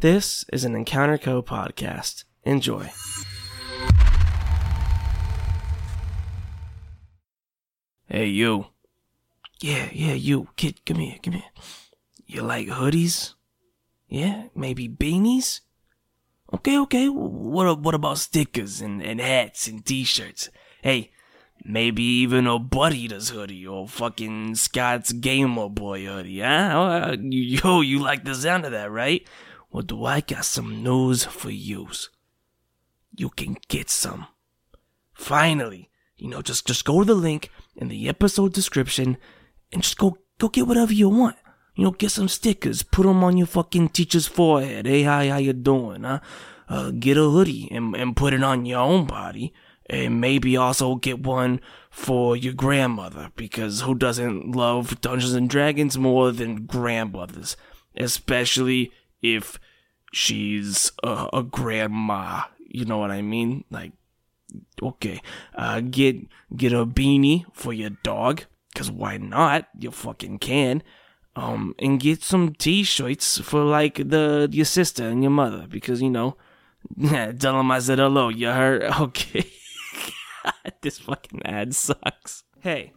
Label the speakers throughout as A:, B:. A: This is an Encounter Co podcast. Enjoy. Hey, you. Yeah, yeah, you. Kid, come here, come here. You like hoodies? Yeah, maybe beanies? Okay, okay. What, what about stickers and, and hats and t shirts? Hey, maybe even a Bud Eaters hoodie or fucking Scott's Gamer Boy hoodie, huh? Yo, you like the sound of that, right? Well, do I got some news for yous? You can get some. Finally, you know, just just go to the link in the episode description and just go go get whatever you want. You know, get some stickers, put them on your fucking teacher's forehead. Hey, hi, how you doing, huh? Uh, get a hoodie and, and put it on your own body. And maybe also get one for your grandmother, because who doesn't love Dungeons and Dragons more than grandmothers? Especially if she's a, a grandma. You know what I mean? Like, okay, uh, get get a beanie for your dog, cause why not? You fucking can. Um, and get some t-shirts for like the your sister and your mother, because you know, tell them I said hello. You heard? Okay. this fucking ad sucks. Hey,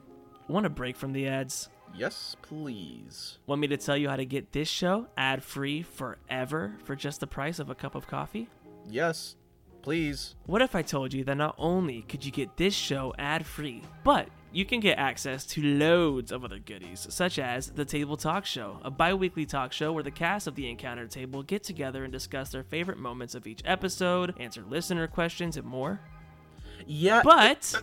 A: want a break from the ads?
B: Yes, please.
A: Want me to tell you how to get this show ad free forever for just the price of a cup of coffee?
B: Yes, please.
A: What if I told you that not only could you get this show ad free, but you can get access to loads of other goodies, such as The Table Talk Show, a bi weekly talk show where the cast of The Encounter Table get together and discuss their favorite moments of each episode, answer listener questions, and more.
B: Yeah.
A: But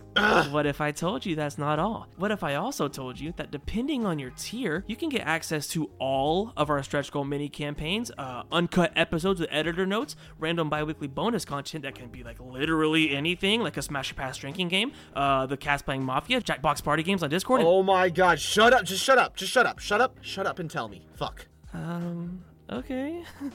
A: what if I told you that's not all? What if I also told you that depending on your tier, you can get access to all of our stretch goal mini campaigns, uh, uncut episodes with editor notes, random bi-weekly bonus content that can be like literally anything, like a Smash Your Pass drinking game, uh, the cast playing Mafia, Jackbox party games on Discord. and-
B: oh my god, shut up, just shut up, just shut up, shut up, shut up and tell me. Fuck.
A: Um, okay.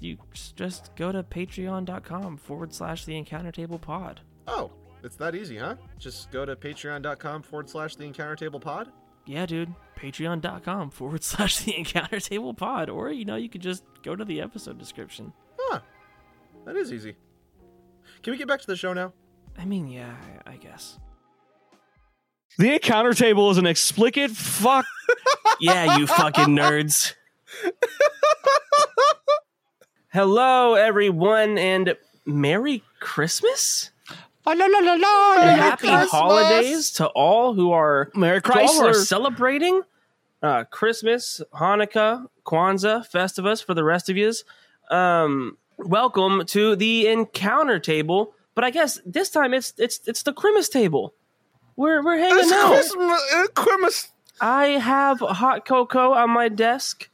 A: you s- just go to patreon.com forward slash the encounter table pod.
B: Oh, it's that easy, huh? Just go to patreon.com forward slash the encounter table pod.
A: yeah, dude, patreon.com forward slash the encounter table pod, or you know, you could just go to the episode description.
B: Huh. That is easy. Can we get back to the show now?
A: I mean, yeah, I, I guess.
C: The encounter table is an explicit fuck.
A: Yeah, you fucking nerds. Hello, everyone, and Merry Christmas. And happy holidays to all who are
C: Merry
A: to all who are
C: Chrysler.
A: celebrating uh, Christmas, Hanukkah, Kwanzaa, Festivus for the rest of yous. Um, welcome to the encounter table, but I guess this time it's it's it's the Christmas table. We're we're hanging out. I have hot cocoa on my desk.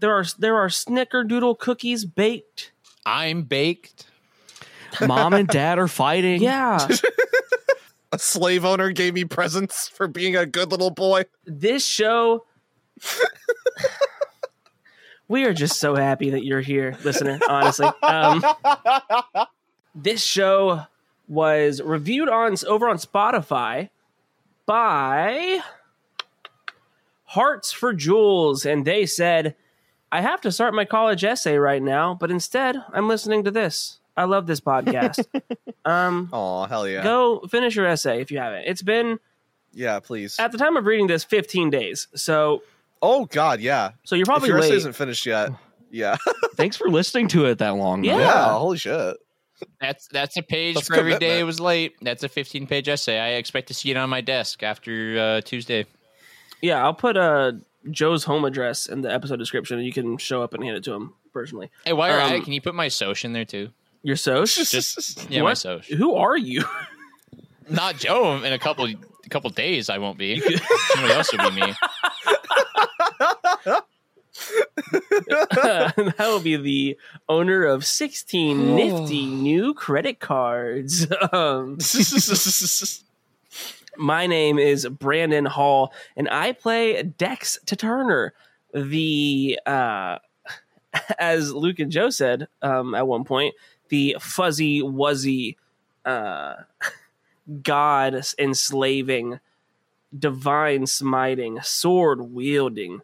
A: There are there are snickerdoodle cookies baked.
D: I'm baked.
C: Mom and dad are fighting.
A: Yeah.
D: A slave owner gave me presents for being a good little boy.
A: this show we are just so happy that you're here listener honestly um, this show was reviewed on over on spotify by hearts for jewels and they said i have to start my college essay right now but instead i'm listening to this i love this podcast um,
D: Oh hell yeah.
A: go finish your essay if you haven't it's been
D: Yeah, please.
A: at the time of reading this 15 days so
D: oh god, yeah.
A: So you're probably
D: Probably if your essay
A: late.
D: isn't finished yet. Yeah.
C: Thanks for listening to it that long. though.
A: Yeah.
D: yeah. holy shit.
E: That's that's a page
D: That's
E: for every
D: commitment.
E: day it was late. That's a 15 page essay. I expect to see it on my desk after uh, Tuesday.
A: Yeah, I'll put uh, Joe's home address in the episode description, and you can show up and hand it to him personally.
E: Hey, why are
A: Um,
E: I? Can you put my soch in there too?
A: Your soch?
E: Just yeah, my
A: What?
E: soch.
A: Who are you?
E: Not Joe. In a couple a couple days, I won't be. Somebody else will be me.
A: that will be the owner of 16 nifty new credit cards. Um, my name is Brandon Hall, and I play Dex to Turner, the uh, as Luke and Joe said um, at one point, the fuzzy wuzzy uh, god enslaving, divine smiting, sword wielding,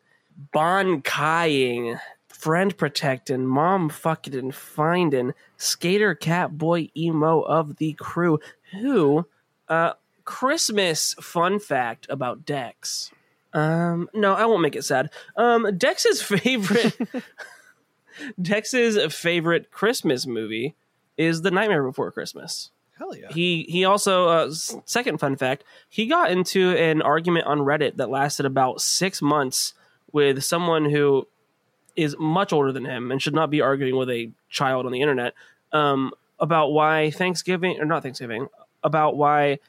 A: bonkaiing, friend protecting, mom fucking and finding, skater cat boy emo of the crew. Who, uh, Christmas fun fact about Dex. Um, no, I won't make it sad. Um, Dex's favorite, Dex's favorite Christmas movie is The Nightmare Before Christmas.
D: Hell yeah.
A: He he also uh, s- second fun fact he got into an argument on Reddit that lasted about six months with someone who is much older than him and should not be arguing with a child on the internet um, about why Thanksgiving or not Thanksgiving about why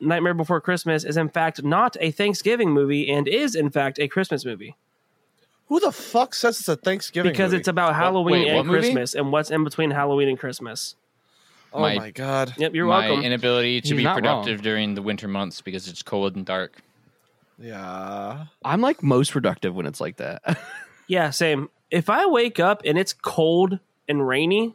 A: Nightmare Before Christmas is in fact not a Thanksgiving movie and is in fact a Christmas movie
D: Who the fuck says it's a Thanksgiving?
A: because
D: movie?
A: it's about Halloween
E: wait, what
A: and
E: movie?
A: Christmas and what's in between Halloween and Christmas.
D: Oh
E: my-
D: my, god.
A: Yep, you're
E: my
A: welcome.
E: inability to
C: He's
E: be
C: not wrong.
E: productive during the winter months because it's cold and dark.
D: Yeah.
C: I'm like most productive when it's like that.
A: Yeah, same. If I wake up and it's cold and rainy,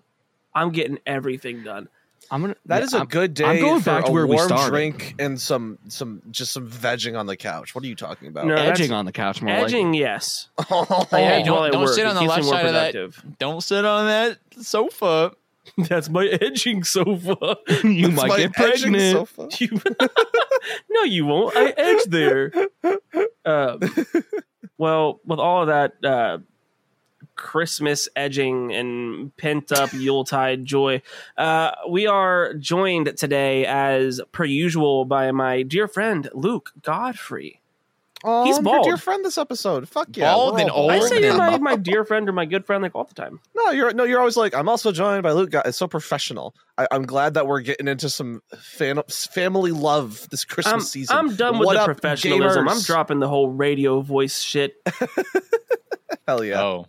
A: I'm getting everything done.
C: I'm gonna.
D: That is a
C: I'm-
D: good day.
C: I'm going
D: for
C: back to
D: a
C: where we
D: warm
C: started.
D: drink and some some just some vegging on the couch. What are you talking about?
A: No. that's-
C: edging on the couch more.
A: Edging, yes. I
E: Hey,
A: edge
E: don't-
A: while I
E: don't
A: work.
E: sit
A: It
E: on the
A: keeps me
E: left
A: more
E: side of that.
A: productive.
E: Don't sit on that sofa.
A: That's my edging sofa.
C: Like, you
D: It's
C: might
D: my
C: get
D: edging
C: pregnant.
D: sofa.
A: You- no, you won't. I edge there. Um, well, with all of that uh, Christmas edging and pent up Yuletide joy, uh, we are joined today, as per usual, by my dear friend Luke Godfrey.
D: Oh,
A: He's
D: I'm
A: bald.
D: your dear friend this episode. Fuck yeah.
E: Bald
D: we're
E: and
D: all bald.
A: I
E: old
A: say
E: now.
A: my, my dear friend or my good friend like all the time.
D: No, you're no, you're always like I'm also joined by Luke. God, It's so professional. I, I'm glad that we're getting into some fan, family love this Christmas
A: I'm,
D: season.
A: I'm done with
D: What
A: the
D: up,
A: professionalism. I'm
D: gamers?
A: dropping the whole radio voice shit.
D: Hell yeah.
E: Oh,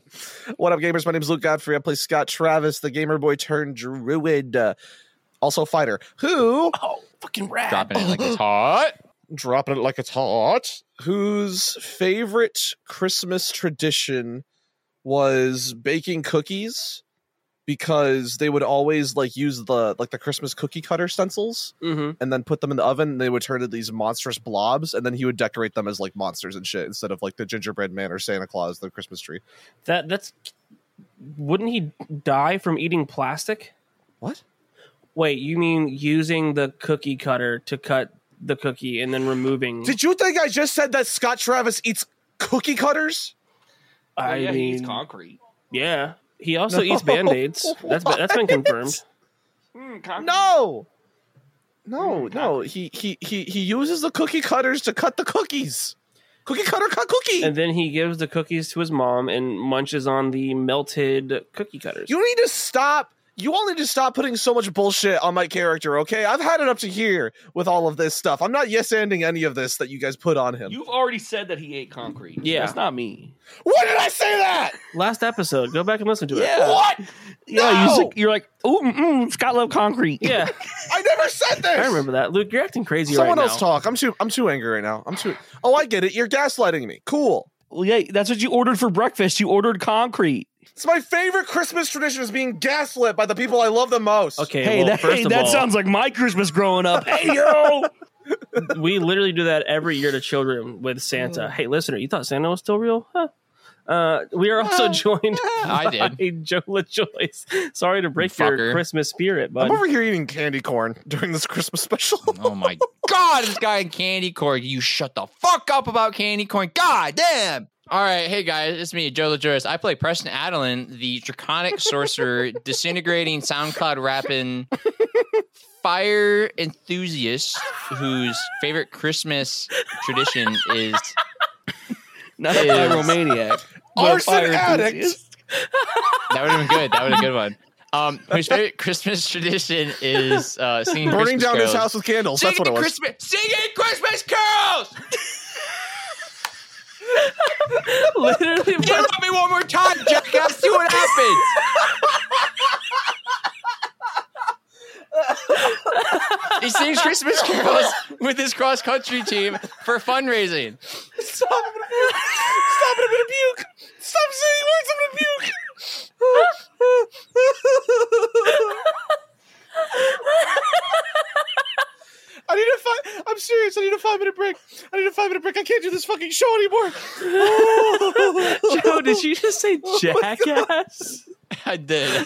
D: What up, gamers? My name is Luke Godfrey. I play Scott Travis, the gamer boy turned druid, uh, also fighter, who
A: Oh, fucking rad.
E: dropping it like it's hot.
D: dropping it like it's hot. Whose favorite Christmas tradition was baking cookies because they would always like use the like the Christmas cookie cutter stencils
A: Mhm.
D: and then put them in the oven and they would turn into these monstrous blobs and then he would decorate them as like monsters and shit instead of like the gingerbread man or Santa Claus the Christmas tree.
A: That that's wouldn't he die from eating plastic?
D: What?
A: Wait, you mean using the cookie cutter to cut the cookie and then removing?
D: Did you think I just said that Scott Travis eats cookie cutters? oh,
A: I mean,
E: concrete.
A: yeah. He also
D: No.
A: eats band aids. That's be- that's been confirmed.
D: No. No, no. He he he he uses the cookie cutters to cut the cookies. Cookie cutter cut cookie.
A: And then he gives the cookies to his mom and munches on the melted cookie cutters.
D: you need to stop. You all need to stop putting so much bullshit on my character, okay? I've had it up to here with all of this stuff. I'm not yes ending any of this that you guys put on him.
F: You've already said that he ate concrete.
A: Yeah.
F: That's not me.
D: When did I say that?
A: Last episode, go back and listen to it.
D: What?
C: Yeah,
D: No!
C: you like, you're like, ooh, mm, mm, Scott love concrete.
A: Yeah,
D: I never said this.
A: I remember that. Luke, you're acting crazy
D: Someone
A: right
D: else
A: now.
D: talk. I'm too. I'm too angry right now. I'm too. Oh, I get it. You're gaslighting me. Cool.
C: Well, yeah, that's what you ordered for breakfast. You ordered concrete.
D: It's my favorite Christmas tradition is being gaslit by the people I love the most.
A: Okay,
C: Hey,
A: well,
C: that,
A: first
C: hey,
A: of
C: that
A: all,
C: sounds like my Christmas growing up. hey, yo.
A: we literally do that every year to children with Santa. Hey, listener, you thought Santa was still real? Huh. Uh, we are also joined
E: I
A: by
E: did.
A: Joe LaJoyce. Sorry to break your
E: Fucker.
A: Christmas spirit,
D: I'm
A: but
D: over here eating candy corn during this Christmas special.
E: Oh my god, this guy in candy corn. You shut the fuck up about candy corn. God damn. All right, hey guys, it's me, Joe LaJuris. I play Preston Adelin, the draconic sorcerer, disintegrating SoundCloud rapping fire enthusiast whose favorite Christmas tradition is
C: Not a
E: Is-
C: pyromaniac. but a
D: Arson
C: fire
D: addict.
C: enthusiast.
E: that would have been good. That would have been a good one. Um, whose favorite Christmas tradition is uh, singing
D: Burning
E: Christmas
D: down
E: carols.
D: his house with candles.
E: Singing
D: That's what it was.
E: Christmas, singing Christmas carols.
A: literally,
E: Interrupt me one more time, jackass. See what happens. he sings Christmas carols with his cross country team for fundraising.
D: Stop it. Stop it. I'm going to puke. Stop saying words. I'm going to puke. I need a five. I'm serious. I need a five minute break. I need a five minute break. I can't do this fucking show anymore.
A: Joe, Oh, did Did you just say
D: Oh,
A: jackass?
E: I did. I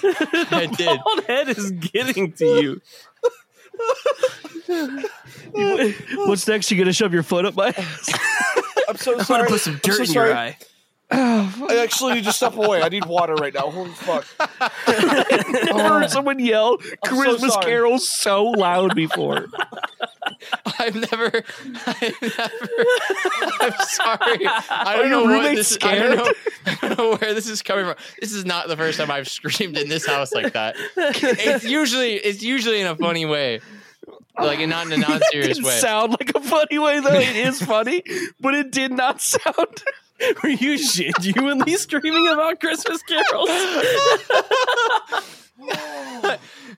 A: The
E: did.
A: Bald head is getting to you.
C: What's next? You gonna shove your foot up my ass?
D: I'm so
A: I'm
D: sorry.
A: gonna put some dirt
D: so
A: in your
D: sorry.
A: eye.
D: I actually need to step away. I need water right now. Holy fuck.
C: Never heard someone yell
D: Oh. I'm so
C: Christmas
D: sorry.
C: Carol so loud before.
E: I've never. I've never. I'm sorry. I don't
C: your
E: know what
C: roommates
E: this. I don't
C: scared?
E: know, I don't know where this is coming from. This is not the first time I've screamed in this house like that. It's usually it's usually in a funny way, like and not in a non-serious
C: didn't
E: way.
C: sound like a funny way though. It is funny, but it did not sound.
A: Were you genuinely screaming about Christmas carols?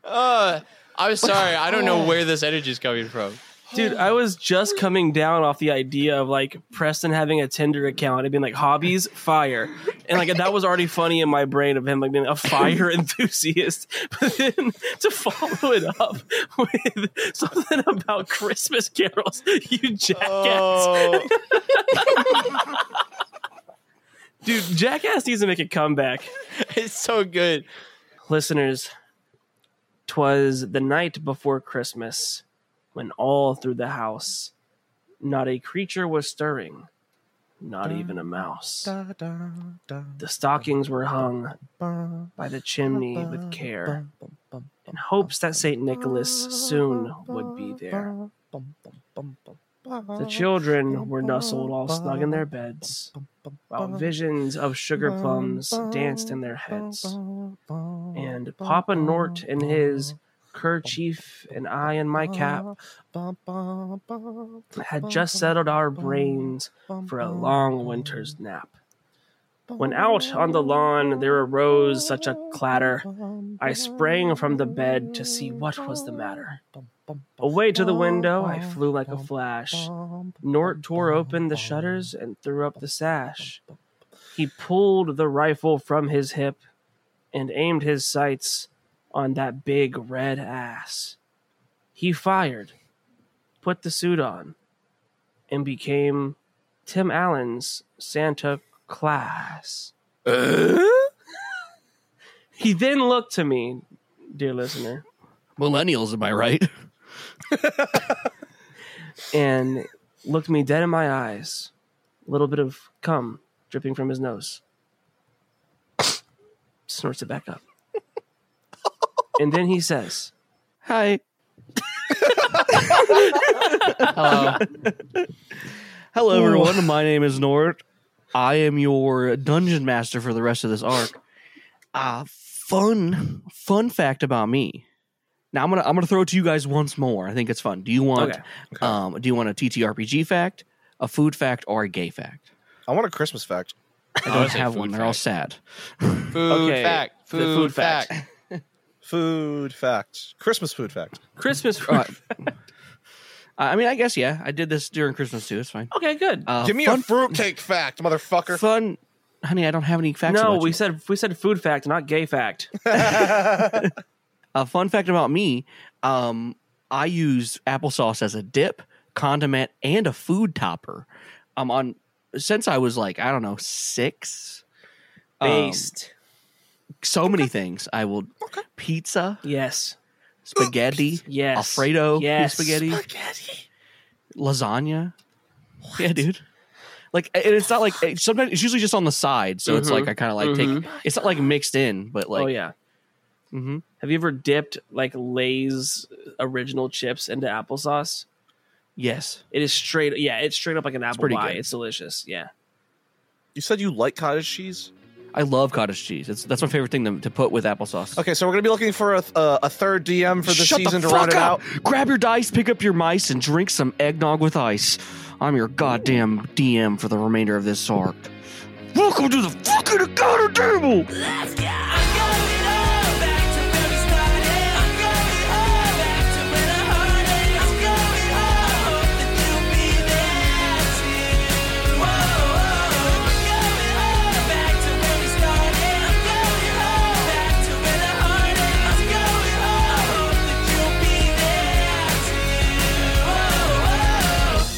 E: Uh, I'm sorry. I don't know where this energy is coming from.
A: Dude, I was just coming down off the idea of like Preston having a Tinder account and being like hobbies fire, and like that was already funny in my brain of him like being a fire enthusiast, but then to follow it up with something about Christmas carols, you jackass, dude, jackass needs to make a comeback.
E: It's so good.
A: Listeners, 'twas the night before Christmas when all through the house not a creature was stirring, not even a mouse. The stockings were hung by the chimney with care in hopes that St. Nicholas soon would be there. The children were nestled all snug in their beds, while visions of sugar plums danced in their heads and Papa Nort in his kerchief and I in my cap had just settled our brains for a long winter's nap. When out on the lawn there arose such a clatter, I sprang from the bed to see what was the matter. Away to the window I flew like a flash. Nort tore open the shutters and threw up the sash. He pulled the rifle from his hip and aimed his sights on that big red ass. He fired, put the suit on, and became Tim Allen's Santa Claus. He then looked to me, dear listener,
C: Millennials, am I right?
A: and looked me dead in my eyes. A little bit of cum dripping from his nose. Snorts it back up. and then he says,
C: Hi.
E: Hello.
C: Hello, everyone. My name is Nort. I am your dungeon master for the rest of this arc. Uh, fun, fun fact about me. Now I'm gonna I'm gonna throw it to you guys once more. I think it's fun. Do you want
A: Okay.
C: um do you want a TTRPG fact, a food fact, or a gay fact?
D: I want a Christmas fact.
C: I
E: I
C: don't
E: would say
C: have
E: food
C: one. They're all
E: fact.
C: sad.
E: Food
A: Okay,
E: fact.
A: the
E: Food,
A: food fact.
E: fact.
D: Food fact. Christmas food fact.
A: Christmas.
C: Uh, I mean, I guess yeah. I did this during Christmas too. It's fine.
A: okay, good.
C: Uh,
D: Give me
C: fun,
D: a fruitcake fact, motherfucker.
C: fun, honey. I don't have any facts.
A: no,
C: about
A: we
C: you.
A: said we said food fact, not gay fact.
C: A Uh, fun fact about me: um, I use applesauce as a dip, condiment, and a food topper. Um, on since I was like I don't know six. um,
A: Based.
C: so many things. I will pizza,
A: yes.
C: spaghetti,
A: Yes.
C: Alfredo,
A: Yes.
C: spaghetti, lasagna. Yeah, dude. Like, and it's not like it- sometimes it's usually just on the side, so it's like I kind of like take. It's not like mixed in, but
A: Mm-hmm.
C: like,
A: oh yeah.
C: Mhm.
A: Have you ever dipped like Lay's original chips into applesauce?
C: yes,
A: It is straight. Yeah, it's straight up like an apple
C: pretty
A: pie.
C: good.
A: It's delicious. Yeah.
D: You said you like cottage cheese?
C: I love cottage cheese. It's, that's my favorite thing to, to put with applesauce.
D: Okay, so we're going to be looking for a, a, a third DM for the
C: Shut
D: season
C: the
D: to round
C: fuck
D: it
C: up!
D: out.
C: Grab your dice, pick up your mice, and drink some eggnog with ice. I'm your goddamn DM for the remainder of this arc. Welcome to the fucking encounter table.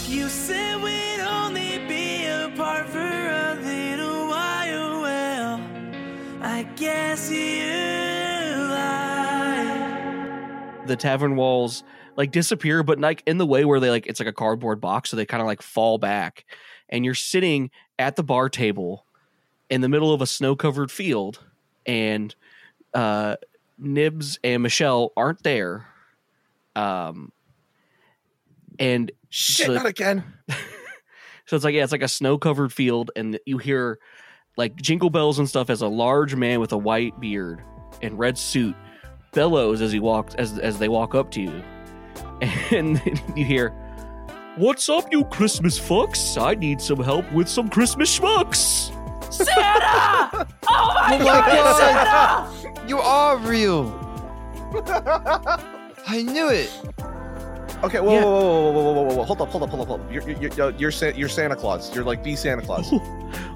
A: You said we'd only be apart for a little while. I guess you lie.
C: the tavern walls like disappear, but like in the way where they like it's like a cardboard box, so they kind of like fall back, and you're sitting at the bar table in the middle of a snow covered field, and uh, Nibs and Michelle aren't there, um, and
D: Shit,
C: So-
D: not again.
C: so it's like yeah, it's like a snow covered field, and you hear like jingle bells and stuff as a large man with a white beard and red suit bellows as he walks as as they walk up to you, and you hear, "What's up, you Christmas fucks? I need some help with some Christmas schmucks."
A: Santa! Oh my,
E: Oh my
A: god,
E: You are real. I knew it.
D: Okay, whoa,
C: Yeah.
D: whoa, whoa, whoa, whoa, whoa, whoa, whoa, hold up, hold up, hold up, hold up. You're, you're, you're, you're, Sa- you're Santa Claus. You're like the Santa Claus.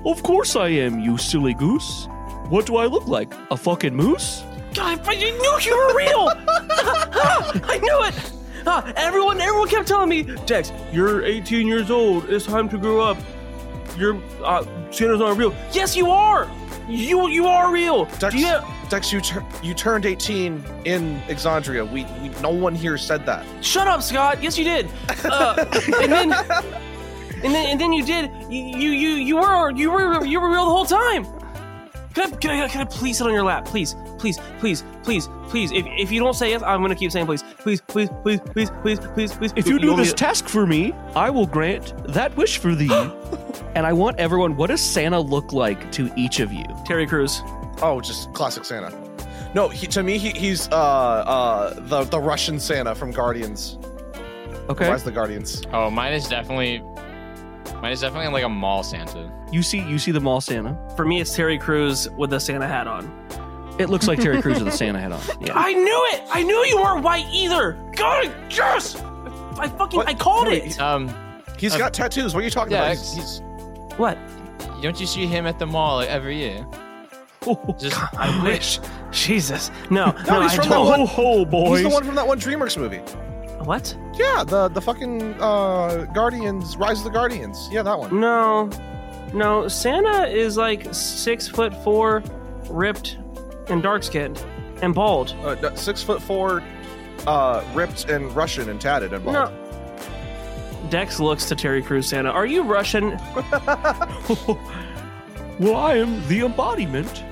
C: Of course I am, you silly goose. What do I look like? A fucking moose?
A: Santa! God, I knew you were real! I knew it! Ah, everyone, everyone kept telling me, Dex, you're 18 years old. It's time to grow up. You're uh, Santa's not real. Yes, you are. You you are real.
D: Dex-
A: Do you have-
D: Dex, you tur- you turned 18 in Exandria. We, we no one here said that.
A: Shut up, Scott. Yes, you did. Uh, and then, and then, and then you did. You, you, you- you were, you were, you were real the whole time. Can I, can I, can I please sit on your lap, please, please, please, please, please? If, if you don't say yes, I'm gonna keep saying please, please, please, please, please, please, please, please.
C: If you do
A: want me
C: this
A: to-
C: task for me, I will grant that wish for thee. and I want everyone, what does Santa look like to each of you?
A: Terry Crews.
D: Oh, just classic Santa. No, he, to me he, he's uh uh the the Russian Santa from Guardians.
C: Okay.
D: Why's the Guardians?
E: Oh, mine is definitely. Mine is definitely like a mall Santa.
C: You see you see the mall Santa.
A: For me, it's Terry Crews with a Santa hat on.
C: It looks like Terry Crews with a Santa hat on. Yeah.
A: I knew it. I knew you weren't white either. God, yes. I fucking,
D: What?
A: I called
D: Wait.
A: it.
E: Um,
D: He's
E: Uh,
D: got tattoos. What are you talking
E: yeah,
D: about?
E: it's-
D: He's, he's
A: What?
E: don't you see him at the mall like, every year?
C: Oh,
E: Just
A: I wish. Jesus. No, no,
D: he's
A: I
D: from the
A: don't.
D: one-
C: ho,
D: he's the one from that one DreamWorks movie.
A: What?
D: Yeah, the the fucking uh Guardians, Rise of the Guardians. Yeah, that one.
A: No, no. Santa is like six foot four, ripped, and dark skinned, and bald.
D: Uh, no, six foot four, uh, ripped and Russian and tatted and bald.
A: No. Dex looks to Terry Crews Santa. Are you Russian?
C: well, I am the embodiment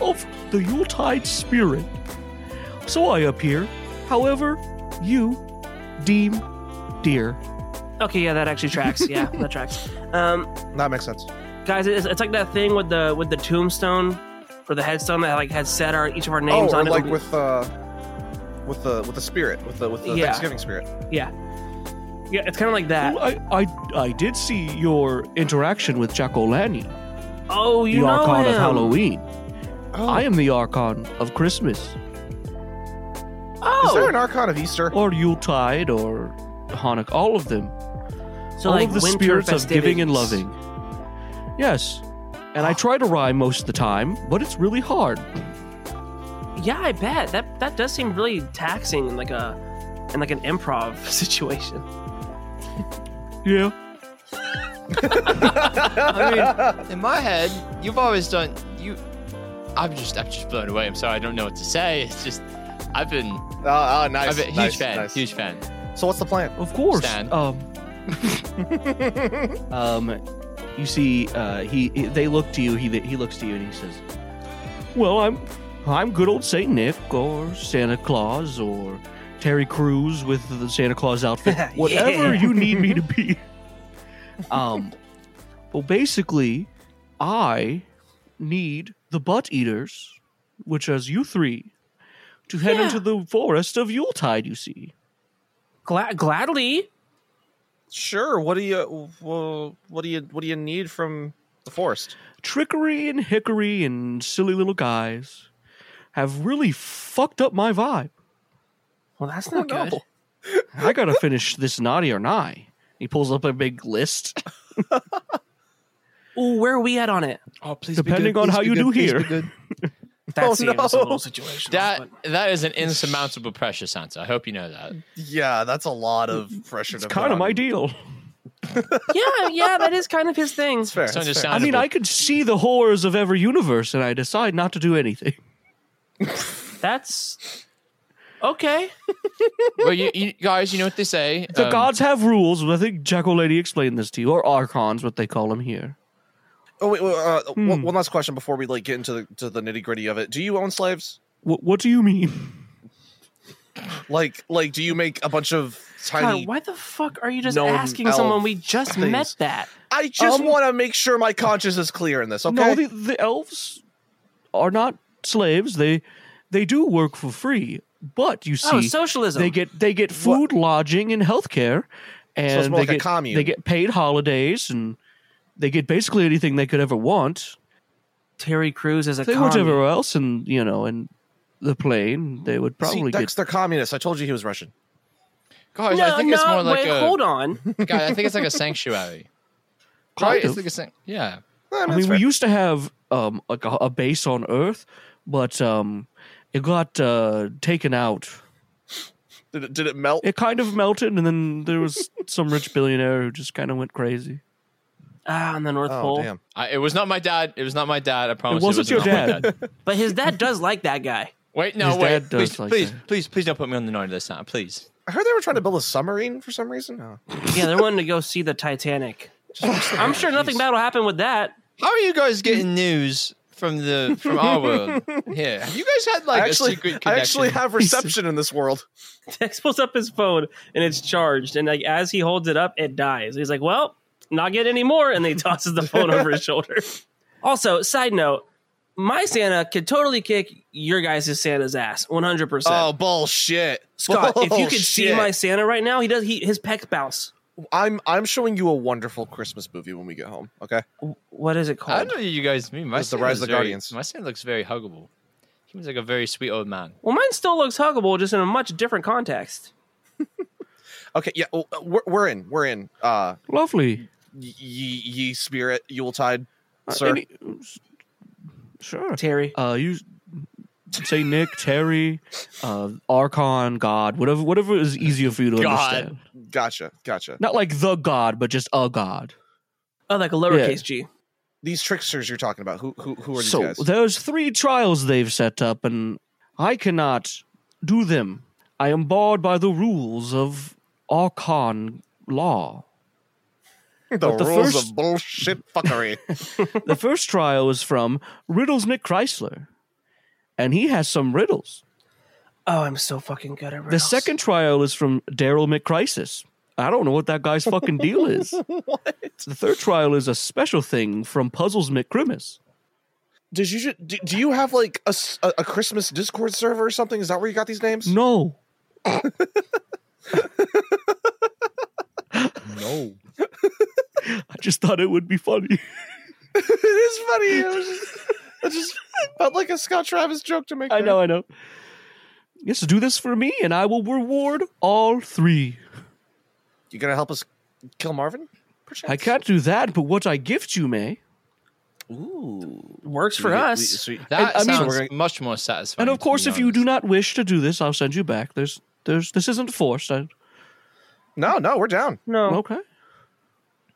C: of the Yuletide spirit. So I appear, however, you deem dear.
A: Okay, yeah, that actually tracks. Yeah, that tracks. Um,
D: That makes sense.
A: guys, it's, it's like that thing with the with the tombstone or the headstone that like had said our each of our names
D: oh,
A: on
D: and
A: it.
D: like with uh, with the with the spirit, with the with the
A: Yeah.
D: Thanksgiving spirit.
A: yeah, it's kind of like that.
C: Well, I, I, I did see your interaction with Jack O'Lany,
A: Oh,
C: the
A: you know
C: Archon
A: him.
C: of Halloween.
D: Oh,
C: I am the Archon of Christmas,
A: Oh,
D: is there an Archon of Easter?
C: or Yuletide, or Hanukkah, all of them.
A: so
C: all
A: like
C: of the
A: winter
C: spirits of giving and
A: festivities.
C: loving. Yes. And I try to rhyme most of the time, but it's really hard.
A: Yeah, I bet that that does seem really taxing in like a in like an improv situation.
C: Yeah.
E: I mean, in my head, you've always done you. I'm just, I'm just blown away. I'm sorry, I don't know what to say. It's just, I've been,
D: Oh, oh, nice,
E: I've been huge
D: nice,
E: fan,
D: nice.
E: huge fan.
D: So what's the plan?
C: Of course.
E: Stan.
C: Um, um, you see, uh, he, he- they look to you. He he looks to you and he says, "Well, I'm I'm good old Saint Nick or Santa Claus or Terry Crews with the Santa Claus outfit,
A: Yeah.
C: whatever you need me to be." Um, well, basically, I need the butt eaters, which is you three, to head
A: Yeah.
C: into the forest of Yuletide. You see.
A: Gla- gladly,
D: Sure. What do you well, what do you what do you need from the forest?
C: trickery and hickory and silly little guys have really fucked up my vibe.
A: well, that's not
D: Oh, no.
A: good.
C: I gotta finish this naughty or nigh. He pulls up a big list.
A: Ooh, where are we at on it?
E: Oh, please.
C: Depending on how you do here.
A: That
D: Oh,
A: seems
D: no.
A: a little situational.
E: That
A: but-
E: that is an insurmountable pressure, Santa. I hope you know that.
D: Yeah, that's a lot of pressure.
C: It's kind of my deal.
A: yeah, yeah, that is kind of his thing.
D: It's fair.
E: Someone
D: it's
E: just
D: fair.
C: I mean,
E: Understandable.
C: I could see the horrors of every universe, and I decide not to do anything.
A: That's okay.
E: well, you, you guys, you know what they say.
C: The
E: um,
C: gods have rules. I think Jack O'Lady explained this to you, or archons, what they call them here.
D: Oh wait, wait, uh, one,
C: Hmm.
D: one last question before we like get into the to the nitty gritty of it. Do you own slaves?
C: What, what do you mean?
D: Like, like, do you make a bunch of tiny?
A: God, why the fuck are you just
D: known
A: asking
D: elf
A: someone we just
D: things.
A: met that?
D: I just
C: Um,
D: want to make sure my conscience is clear in this. Okay.
C: No, the, the elves are not slaves. They they do work for free, but you see,
A: oh, socialism.
C: they get they get food, lodging, and healthcare,
D: so
C: and
D: it's
C: they
D: more like
C: get
D: a commune.
C: they get paid holidays, and they get basically anything they could ever want.
A: Terry Crews as a
C: They
A: commie.
C: went everywhere else, and you know, and the plane, they would
D: See,
C: probably get.
D: Dexter communist. I told you he was Russian.
E: guys,
A: No,
E: I think it's
A: no,
E: more like
A: wait,
E: a.
A: hold on.
E: God, I think it's like a sanctuary.
C: Kind
E: Right? It's
C: of.
E: like a san- yeah.
D: I
C: I
D: mean,
C: mean,
D: it's
C: we
D: Eh, fair.
C: used to have um like a, a base on Earth, but um it got uh taken out.
D: did, it, did it melt?
C: It kind of melted, and then there was some rich billionaire who just kind of went crazy.
A: Ah, on the North
D: oh
A: Pole.
D: damn!
E: I, it was not my dad. It was not my dad. I promise.
C: it wasn't your
E: not my
C: dad.
A: But his dad does like that guy.
E: Wait, no,
C: His
E: wait.
C: dad does
E: please,
C: like
E: please,
C: that.
E: please, please don't put me on the naughty list now, please.
D: I heard they were trying to build a submarine for some reason. Oh.
A: Yeah, they're wanting to go see the Titanic. I'm sure nothing bad will happen with that.
E: How are you guys getting news from the from our world? Here, have you guys had like
D: I
E: a
D: actually,
E: secret connection?
D: I actually have reception in this world.
A: Dex pulls up his phone and it's charged, and like as he holds it up, it dies. He's like, "Well, not getting any more," and then he tosses the phone over his shoulder. Also, side note, my Santa could totally kick your guys' Santa's ass, one hundred
D: Oh
A: percent.
D: bullshit,
A: Scott, if you could see
D: Bullshit.
A: my Santa right now, he does he his pecs bounce.
D: I'm I'm showing you a wonderful Christmas movie when we get home. Okay,
A: W- What is it
E: I don't
A: called?
E: know what you guys mean. My
D: It's the
E: son
D: Rise
E: is
D: of the
E: very-
D: Guardians.
E: My son looks very huggable. He was like a very sweet old man.
A: Well, mine still looks huggable, just in a much different context.
D: okay, yeah, well, uh, we're, we're in, we're in. Uh,
C: Lovely.
D: ye, ye spirit, Yuletide,
C: Uh,
D: sir.
C: any- sure.
A: Terry,
C: Uh, you say Nick, Terry, uh, Archon, God, whatever, whatever is easier for you to
E: God.
C: understand.
D: gotcha, gotcha.
C: Not like the God, but just a God.
A: oh, like a lowercase G.
D: These tricksters you're talking about, who who, who are these
C: So
D: guys?
C: there's three trials they've set up, and I cannot do them. I am barred by the rules of Archon law.
D: the
C: the
D: rules
C: first-
D: of bullshit fuckery.
C: the first trial is from Riddles Nick Chrysler, and he has some riddles.
A: Oh, I'm so fucking good at riddles.
C: The second trial is from Daryl McCrisis. I don't know what that guy's fucking deal is. what? The third trial is a special thing from Puzzles McCrimus.
D: Did you ju- do, do you have like a, s- a- a Christmas Discord server or something? Is that where you got these names?
C: No.
E: No.
C: I just thought it would be funny.
D: it is funny. It, was just, it just felt like a Scott Travis joke to make.
C: I
D: there.
C: know, I know. Yes, do this for me, and I will reward all three.
D: You gonna help us kill Marvin? Perchance?
C: I can't do that, but what I gift you may.
D: Ooh,
A: works for
D: We- we-
A: us.
D: sweet.
E: That
C: I mean-
E: sounds
D: So we're
E: much more satisfying.
C: And of
E: to
C: course,
E: be
C: if you do
E: honest.
C: not wish to do this, I'll send you back. There's, there's. This isn't forced. I,
D: No, no, we're down.
A: no,
C: okay.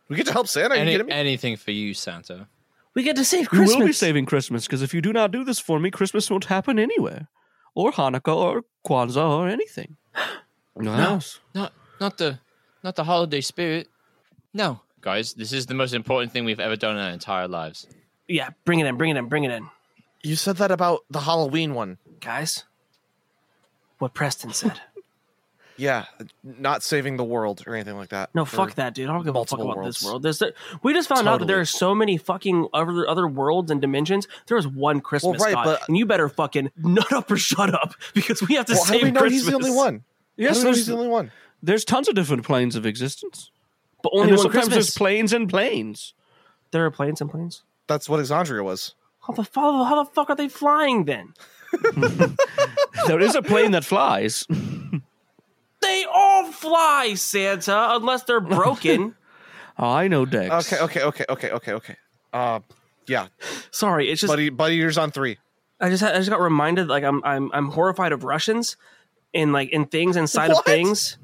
D: We get to help Santa. Are you
E: Any-
D: kidding me?
E: anything for you, Santa.
A: we get to save
C: You
A: Christmas.
C: will be saving Christmas because if you do not do this for me, Christmas won't happen anywhere, or Hanukkah, or Kwanzaa, or anything.
E: No. Not not the not the holiday spirit. No. Guys, this is the most important thing we've ever done in our entire lives.
A: yeah, bring it in, bring it in, bring it in.
D: You said that about the Halloween one.
A: guys, what Preston said.
D: Yeah, not saving the world or anything like that.
A: No,
D: Or-
A: fuck that, dude. I don't give a fuck
D: multiple
A: about
D: worlds.
A: this world. There's, there, we just found out that there
D: Totally.
A: are so many fucking other other worlds and dimensions. There is one Christmas
D: right,
A: God,
D: but-
A: and you better fucking nut up or shut up because we have to
D: Well, how
A: save
D: do we know
A: Christmas.
D: he's the only one? How do
C: Yes,
D: we know he's
C: there's,
D: the only one?
C: there's tons of different planes of existence.
A: But
C: And
A: only
C: there's
A: one
C: sometimes
A: Christmas.
C: there's planes and planes.
A: there are planes and planes.
D: That's what Exandria was.
A: How the how, how the fuck are they flying then?
C: there is a plane that flies.
A: They all fly, Santa, unless they're broken.
C: I know, Dex.
D: Okay, okay, okay, okay, okay, okay. Uh, yeah,
A: Sorry, it's just
D: buddy, buddy, ears on three.
A: I just had, I just got reminded like I'm I'm I'm horrified of Russians and like in things inside
D: What?
A: of things.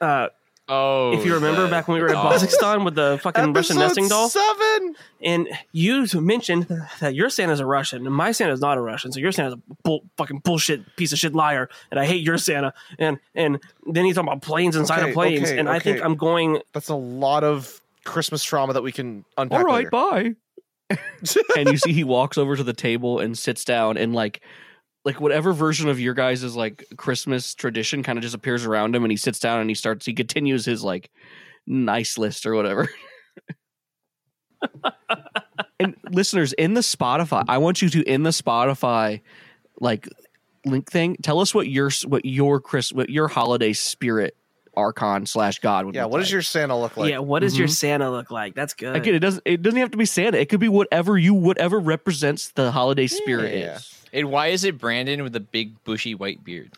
A: Uh
E: Oh,
A: if you remember
E: the
A: back when we were at
E: dolls.
A: Kazakhstan with the fucking Russian nesting doll,
D: seven.
A: and you mentioned that your Santa's a Russian and my Santa's not a Russian, so your Santa's a bull, fucking bullshit piece of shit liar, and I hate your Santa. And and then he's talking about planes inside
D: Okay,
A: of planes,
D: okay,
A: and I think
D: okay.
A: I'm going.
D: That's a lot of Christmas trauma that we can unpack. later.
C: bye. and you see he walks over to the table and sits down and like like whatever version of your guys' is like Christmas tradition kind of just appears around him and he sits down and he starts he continues his like nice list or whatever. and listeners, in the Spotify, I want you to in the Spotify like link thing, tell us what your what your Chris what your holiday spirit archon slash god would
D: Yeah,
C: look
D: what
C: like.
D: does your Santa look like?
A: yeah, what does your
C: Mhm.
A: Santa look like? That's good.
C: Again, it doesn't. It doesn't have to be Santa. It could be whatever you, whatever represents the holiday spirit
D: Yeah.
C: is.
E: And why is it Brandon with a big bushy white beard?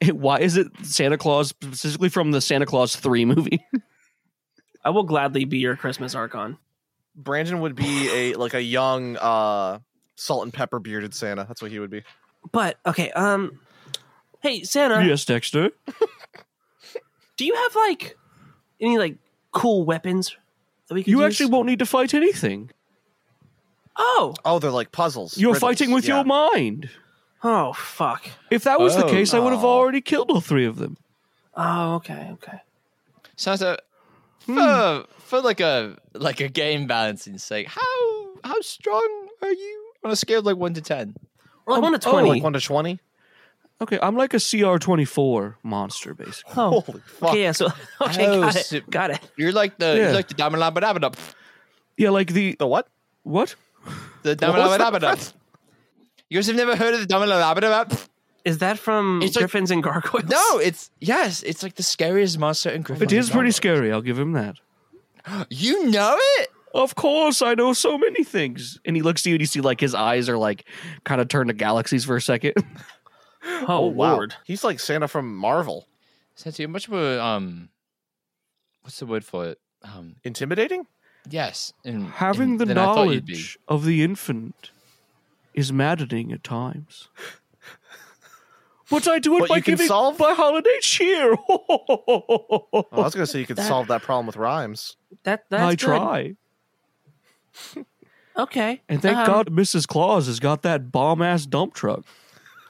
C: It- why is it Santa Claus specifically from the Santa Claus Three movie?
A: I will gladly be your Christmas Archon.
D: Brandon would be a like a young uh salt and pepper bearded Santa. That's what he would be.
A: But okay, um, hey Santa,
C: yes, Dexter.
A: do you have like any like cool weapons that we can?
C: You
A: use?
C: actually won't need to fight anything.
A: Oh,
D: Oh, they're like puzzles.
C: You're
D: riddles.
C: fighting with
D: Yeah.
C: your mind.
A: oh fuck.
C: If that was the
E: Oh.
C: case, I would have
D: Aw.
C: already killed all three of them.
A: Oh, okay, okay.
E: Sounds like
A: Hmm.
E: for, for like a like a game balancing sake. How how strong are you on a scale of like one to ten?
A: Well, like one to
D: Oh,
A: twenty.
D: like one to twenty.
C: Okay, I'm like a CR24 monster, basically.
A: Oh,
D: Holy fuck!
A: okay, yeah. So okay,
E: Oh,
A: got it,
E: sip.
A: got it.
E: You're like the
C: Yeah.
E: you're like the damalabadabada.
C: Yeah, like the
D: The what?
C: what?
E: The
D: was that
E: damalabadabada. You guys have never heard of the damalabadabada?
A: Is that from
E: It's like-
A: Griffins and Gargoyles?
E: No, it's yes, it's like the scariest monster in Griffin.
C: It is pretty scary. I'll give him that.
E: You know it?
C: Of course, I know so many things. And he looks to you, and you see like his eyes are like kind of turned to galaxies for a second.
A: oh,
D: wow,
A: lord.
D: he's like Santa from Marvel.
E: Sounds too much of a um what's the word for it? Um
D: Intimidating?
E: yes. And
C: Having
E: and
C: the
E: than I thought you'd be.
C: knowledge of the infinite is maddening at times. But I do it
D: But
C: by
D: you can
C: giving
D: solve-
C: by holiday cheer.
D: Oh, I was gonna say you could
A: That-
D: solve that problem with rhymes.
A: That that's
C: I
A: good.
C: try,
A: Okay,
C: and thank
A: Um,
C: God Mrs. Claus has got that bomb ass dump truck.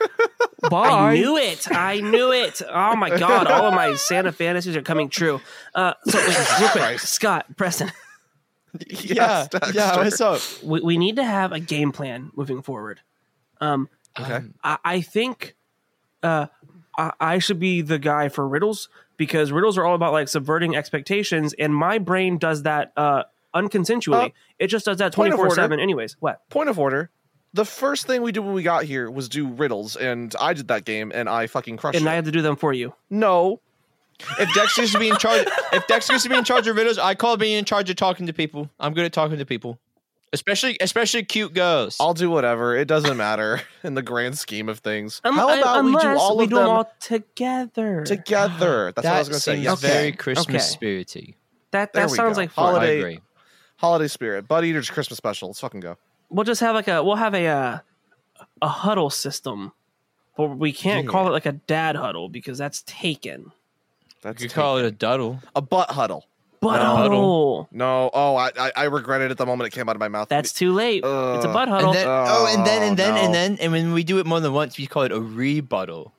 A: I
C: Bye.
A: knew it. I knew it. Oh my god! All of my Santa fantasies are coming true. Uh, so wait, real quick, Scott, Preston,
E: Yeah, yeah,
D: Dexter.
E: what's up?
A: we, we need to have a game plan moving forward. Um,
D: Okay.
E: Um,
A: I, I think uh, I, I should be the guy for riddles because riddles are all about like subverting expectations, and my brain does that uh, unconsensually.
D: Uh,
A: it just does that
D: point
A: twenty
D: of
A: four
D: order.
A: seven. Anyways, what?
D: Point of order. The first thing we did when we got here was do riddles, and I did that game, and I fucking crushed
A: And
D: it.
A: I have to do them for you.
D: no,
E: if Dexter used to be in charge, if Dexter used to be in charge of riddles, I call being in charge of talking to people. I'm good at talking to people, especially especially cute girls.
D: I'll do whatever. It doesn't matter in the grand scheme of things.
A: Um,
D: How
A: uh,
D: about we do
A: unless
D: all
A: we
D: of
A: do
D: them
A: them all together.
D: together? That's what I was
E: that
D: gonna
E: seems
D: say. Yes.
E: very
A: Okay.
E: Christmas spirity.
A: that
D: There
A: that
D: we
A: sounds
D: go.
A: like fun.
D: Holiday-
E: I agree.
D: Holiday spirit, Bud Eater's Christmas special. Let's fucking go.
A: We'll just have like a we'll have a uh, a huddle system, but we can't call it like a dad huddle because that's taken.
E: You
D: That's
E: could call it a duddle.
D: a butt huddle.
A: But
E: No.
A: huddle.
D: No, oh, I, I I regret it at the moment it came out of my mouth.
A: That's too late. it's a
D: Uh,
A: butt huddle.
E: And then, oh, and then and then
D: no.
E: and then and when we do it more than once, we call it a rebuttal.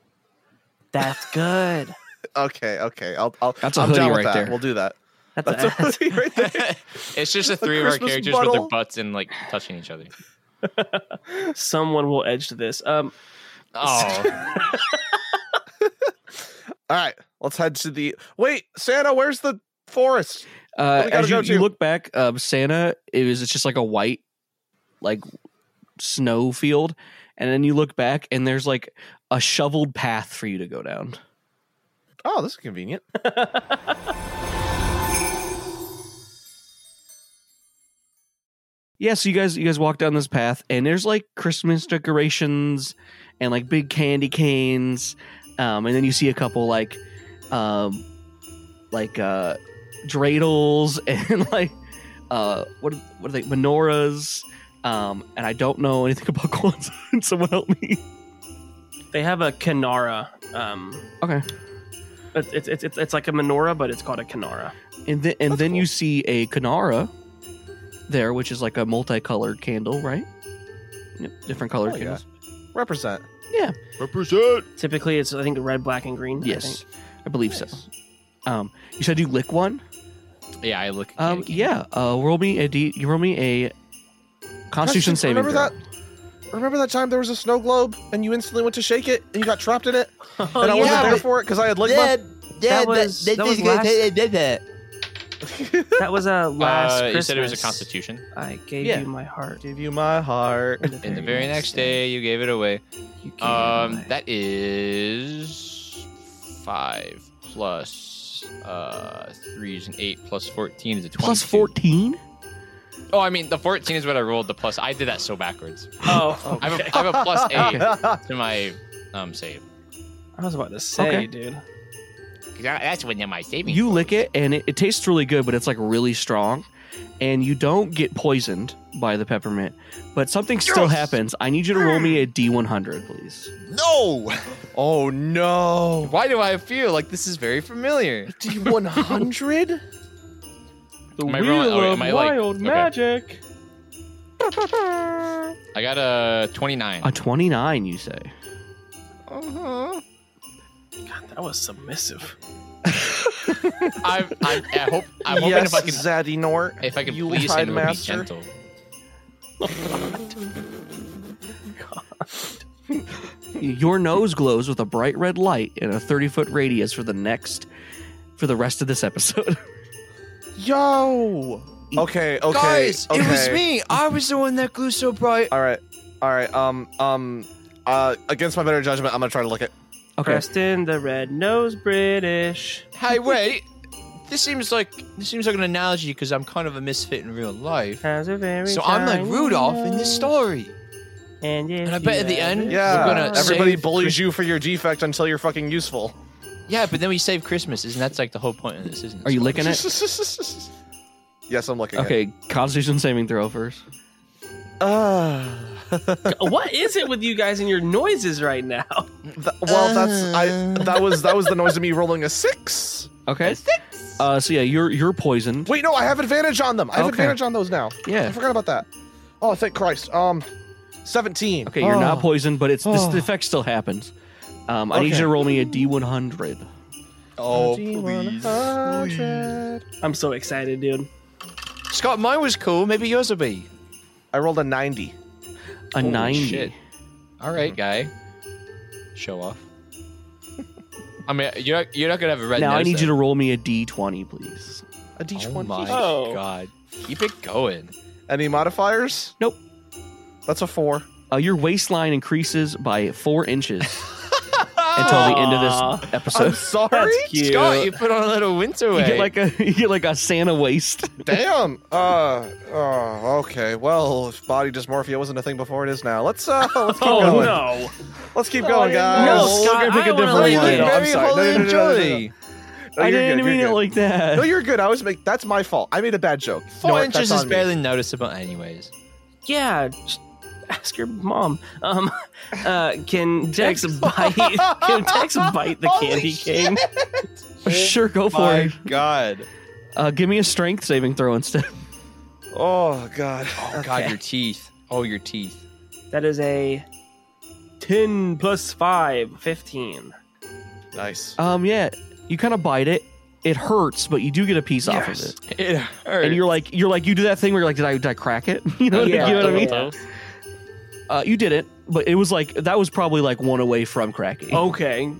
A: That's good.
D: okay. Okay, I'll. I'll
C: That's a
D: I'm
C: hoodie
D: down with
C: right
D: that.
C: there.
D: We'll do that.
A: That's,
D: That's a
A: a,
D: hoodie right there.
E: it's just the three of our
D: Christmas
E: characters with
D: buddle.
E: their butts and like touching each other.
A: someone will edge to this. Um,
E: Oh,
D: All right, let's head to the. Wait, Santa, where's the forest?
C: Uh,
D: We gotta
C: as you,
D: go
C: you
D: to-
C: look back, um, Santa is it's just like a white, like snow field, and then you look back and there's like a shoveled path for you to go down.
D: Oh, this is convenient.
C: Yeah, so you guys you guys walk down this path and there's like Christmas decorations and like big candy canes. Um, and then you see a couple like um like uh dreidels and like uh what are- what are they menorahs um and I don't know anything about Kwanzaa. Someone help me.
A: they have a Kanara. Um,
C: Okay.
A: It's it's it's, it's, it's like a menorah, but it's called a kinara.
C: And then and then you see a Kanara there, which is like a multicolored candle, right? Yep, different colored
D: Oh, yeah.
C: candles.
D: Represent.
B: Represent.
A: Typically, it's I think red, black, and green. I
C: Yes,
A: think.
C: I, believe so. Um, you said you lick one.
E: Yeah, I look. at
C: Um,
E: candy
C: yeah. Uh, roll me a d. You roll me a Constitution saving
D: Remember
C: throw.
D: that? Remember that time there was a snow globe and you instantly went to shake it and you got trapped in it
C: Oh,
D: and I wasn't
E: Oh, yeah.
D: there for it because I had licked
G: Yeah,
D: my.
G: yeah,
A: That was- that was last- That was a uh,
E: cane. Uh,
A: last. Christmas.
E: you said it was a constitution.
A: I gave
D: Yeah.
A: you my heart.
D: Give you my heart.
A: And
E: And the very next day, you gave it away.
A: you gave
E: Um,
A: my-
E: that is five plus uh three is an eight plus fourteen is a twenty.
C: Plus fourteen.
E: Oh, I mean the fourteen is what I rolled. The plus I did that so backwards.
A: Oh,
E: I, have
A: okay.
E: a, I have a plus eight to my um save.
A: I was about to say,
C: Okay.
A: dude.
E: 'Cause I- That's when my saving.
C: You lick it, and it, it tastes really good, but it's like really strong, and you don't get poisoned by the peppermint. But something still happens. I need you to roll me a D one hundred, please.
E: No.
D: Oh no.
E: Why do I feel like this is very familiar?
D: D one hundred.
A: The
E: Am I wrong? wheel Oh, am of I, like- wild okay.
A: magic.
E: I got a twenty-nine.
C: A twenty nine, you say?
A: God, that was submissive.
E: I, I, I hope. I'm hoping
D: yes,
E: if I can,
D: Zaddy Nort.
E: if I can
D: you
E: please
D: Tide
E: him, it would be
D: master.
E: gentle.
C: Your nose glows with a bright red light in a 30 foot radius for the next, for the rest of this episode.
D: Yo. Okay. Okay. okay.
E: me. I was the one that glowed so bright.
D: All right. All right. Um. Um. Uh. Against my better judgment, I'm gonna try to lick it.
C: Okay.
A: Preston the Red Nose British.
E: Hey, wait. This seems like this seems like an analogy because I'm kind of a misfit in real life.
A: Has a very
E: So I'm like
A: tiny
E: Rudolph in this
A: nose.
E: story.
A: And, if
E: And I bet
A: you
E: at the
A: ever-
E: end-
D: Yeah.
E: We're gonna
D: Everybody
E: save-
D: bullies you for your defect until you're fucking useful.
E: Yeah, but then we save Christmas, isn't that's like the whole point of this, isn't it?
C: Are you licking it?
D: yes, I'm looking.
C: Okay, Constitution saving throw first.
D: Uh,
A: what is it with you guys and your noises right now?
D: Th- well, that's I. That was that was the noise of me rolling a six.
C: Okay. Uh, so yeah, you're you're poisoned.
D: Wait, no, I have advantage on them. I have
C: Okay.
D: advantage on those now. I
C: Yeah.
D: forgot about that. Oh, thank Christ. Um, seventeen.
C: Okay, you're
D: Oh.
C: not poisoned, but it's this
D: Oh.
C: the effect still happens. Um, I need
D: Okay.
C: you to roll me a D100.
D: Oh,
A: I'm so excited, dude.
E: Scott, mine was cool. Maybe yours will be.
D: I rolled a ninety.
C: A 90.
E: shit. All right, guy. Show off. I mean, you're not, you're not gonna have a red.
C: Now I
E: nose,
C: need you
E: though.
C: to roll me a D20, please.
D: A D
E: Oh
D: twenty.
E: my
A: Oh.
E: god! Keep it going.
D: Any modifiers?
C: Nope.
D: That's a four.
C: Uh, your waistline increases by four inches until the end of this
D: I'm
C: episode.
D: sorry.
A: cute.
E: Scott, you put on a little winter
C: You
E: way.
C: get like a you get like a Santa waist.
D: Oh, Damn. Uh. Oh. Okay. Well, if body dysmorphia wasn't a thing before, it is now. Let's uh. Let's keep
A: Oh
D: going.
A: no!
D: Let's keep going, guys.
A: No,
D: We're
A: Scott,
D: gonna pick
A: I
D: a
A: wanna
D: different
A: leave
D: one.
A: it
D: No, I'm
E: very
D: sorry. No,
E: holy
D: no, no, no, no, no, no.
E: jolly.
D: No,
C: I
D: you're
C: didn't
D: good,
C: mean
D: you're
C: it
D: good.
C: like that.
D: No, you're good. I always make. That's my fault. I made a bad joke.
E: Four
D: Nort,
E: inches
D: that's
E: is
D: on me.
E: barely noticeable, anyways.
A: Yeah, just ask your mom. Um, uh, can Dex bite? Can Dex bite the candy
D: Holy
A: cane?
C: sure, go for it.
E: God.
C: Uh, give me a strength saving throw instead.
D: Oh God.
E: Oh God, your teeth. Oh, your teeth.
A: That is a ten plus five, 15.
D: Nice.
C: Um, yeah, you kind of bite it. It hurts, but you do get a piece off of it.
E: It hurts.
C: And you're like, you're like, you do that thing where you're like, did I, did I crack it? You know,
A: Yeah.
C: you know what I mean?
A: Yeah.
C: Uh, you did it, but it was like that was probably like one away from cracking.
D: Oh.
A: Okay,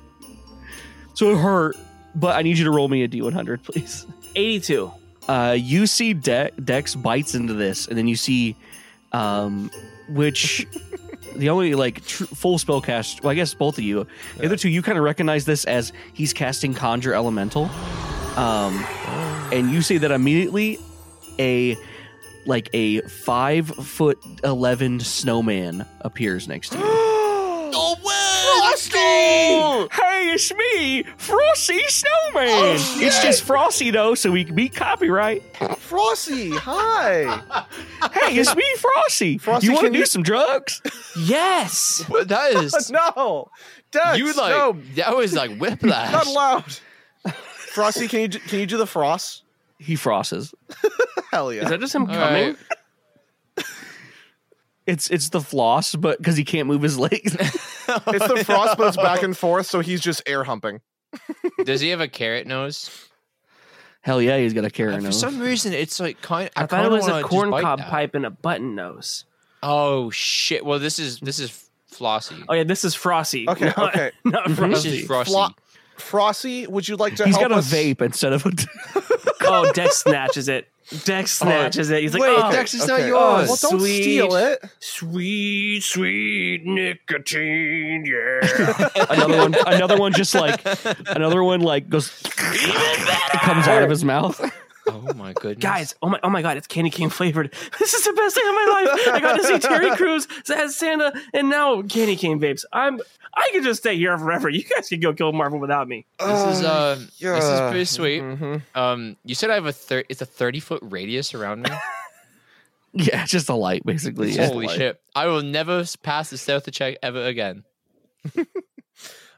C: so it hurt. But I need you to roll me a D100, please.
A: eighty-two.
C: Uh, you see De- Dex bites into this, and then you see, um, which the only like tr- full spell cast. Well, I guess both of you, the other two, you kind of recognize this as he's casting Conjure Elemental, um, and you see that immediately a like a five foot eleven snowman appears next to you.
E: no way!
C: Hey, it's me, Frosty Snowman. it's just Frosty though, so we can beat copyright.
D: Frosty. Hi.
C: hey, it's me, Frosty.
D: Frosty,
C: you want to
D: can
C: do
D: you-
C: some drugs?
A: Yes.
E: That is.
D: no. Dex.
E: You like
D: No.
E: that was like whiplash.
D: Not allowed. Frosty, can you do, can you do the frost?
C: He frosses.
D: Hell yeah!
A: Is that just him
E: All
A: coming?
E: right.
C: It's it's the floss, but because he can't move his legs.
D: it's the frost, but it's back and forth, so he's just air humping.
E: Does he have a carrot nose?
C: Hell yeah, he's got a carrot
E: For
C: nose.
E: some reason, it's like kind.
A: I, thought
E: kinda
A: it was
E: wanna
A: a
E: just
A: corn
E: bite
A: cob
E: that.
A: pipe and a button nose.
E: Oh shit! Well, this is this is Flossie.
A: Oh yeah, this is Frosty.
D: Okay,
A: not,
D: okay.
A: Not
E: This
A: Frosty.
E: is Frosty.
D: Flo- Frosty, would you like to
C: He's
D: help
C: got a
D: us?
C: vape instead of a.
A: oh, Dex snatches it. Dex snatches it. He's like,
E: Wait,
A: oh,
E: Dex is
D: okay.
E: not yours.
D: Well, don't
A: Sweet.
D: steal it.
A: sweet, sweet nicotine. Yeah.
C: another one. Another one just like another one like goes. comes out of his mouth.
E: oh my goodness,
A: Guys, oh my, oh my God, it's candy cane flavored. This is the best day of my life. I got to see Terry Crews as Santa, and now candy cane vapes. I'm, I could just stay here forever. You guys can go kill Marvel without me.
E: This is uh, this is
D: yeah.
E: pretty sweet.
D: Mhm.
E: Um, you said I have a thir- it's a thirty foot radius around me.
C: Yeah, just a light basically. yeah.
E: Holy shit! I will never s- pass the stealth check ever again.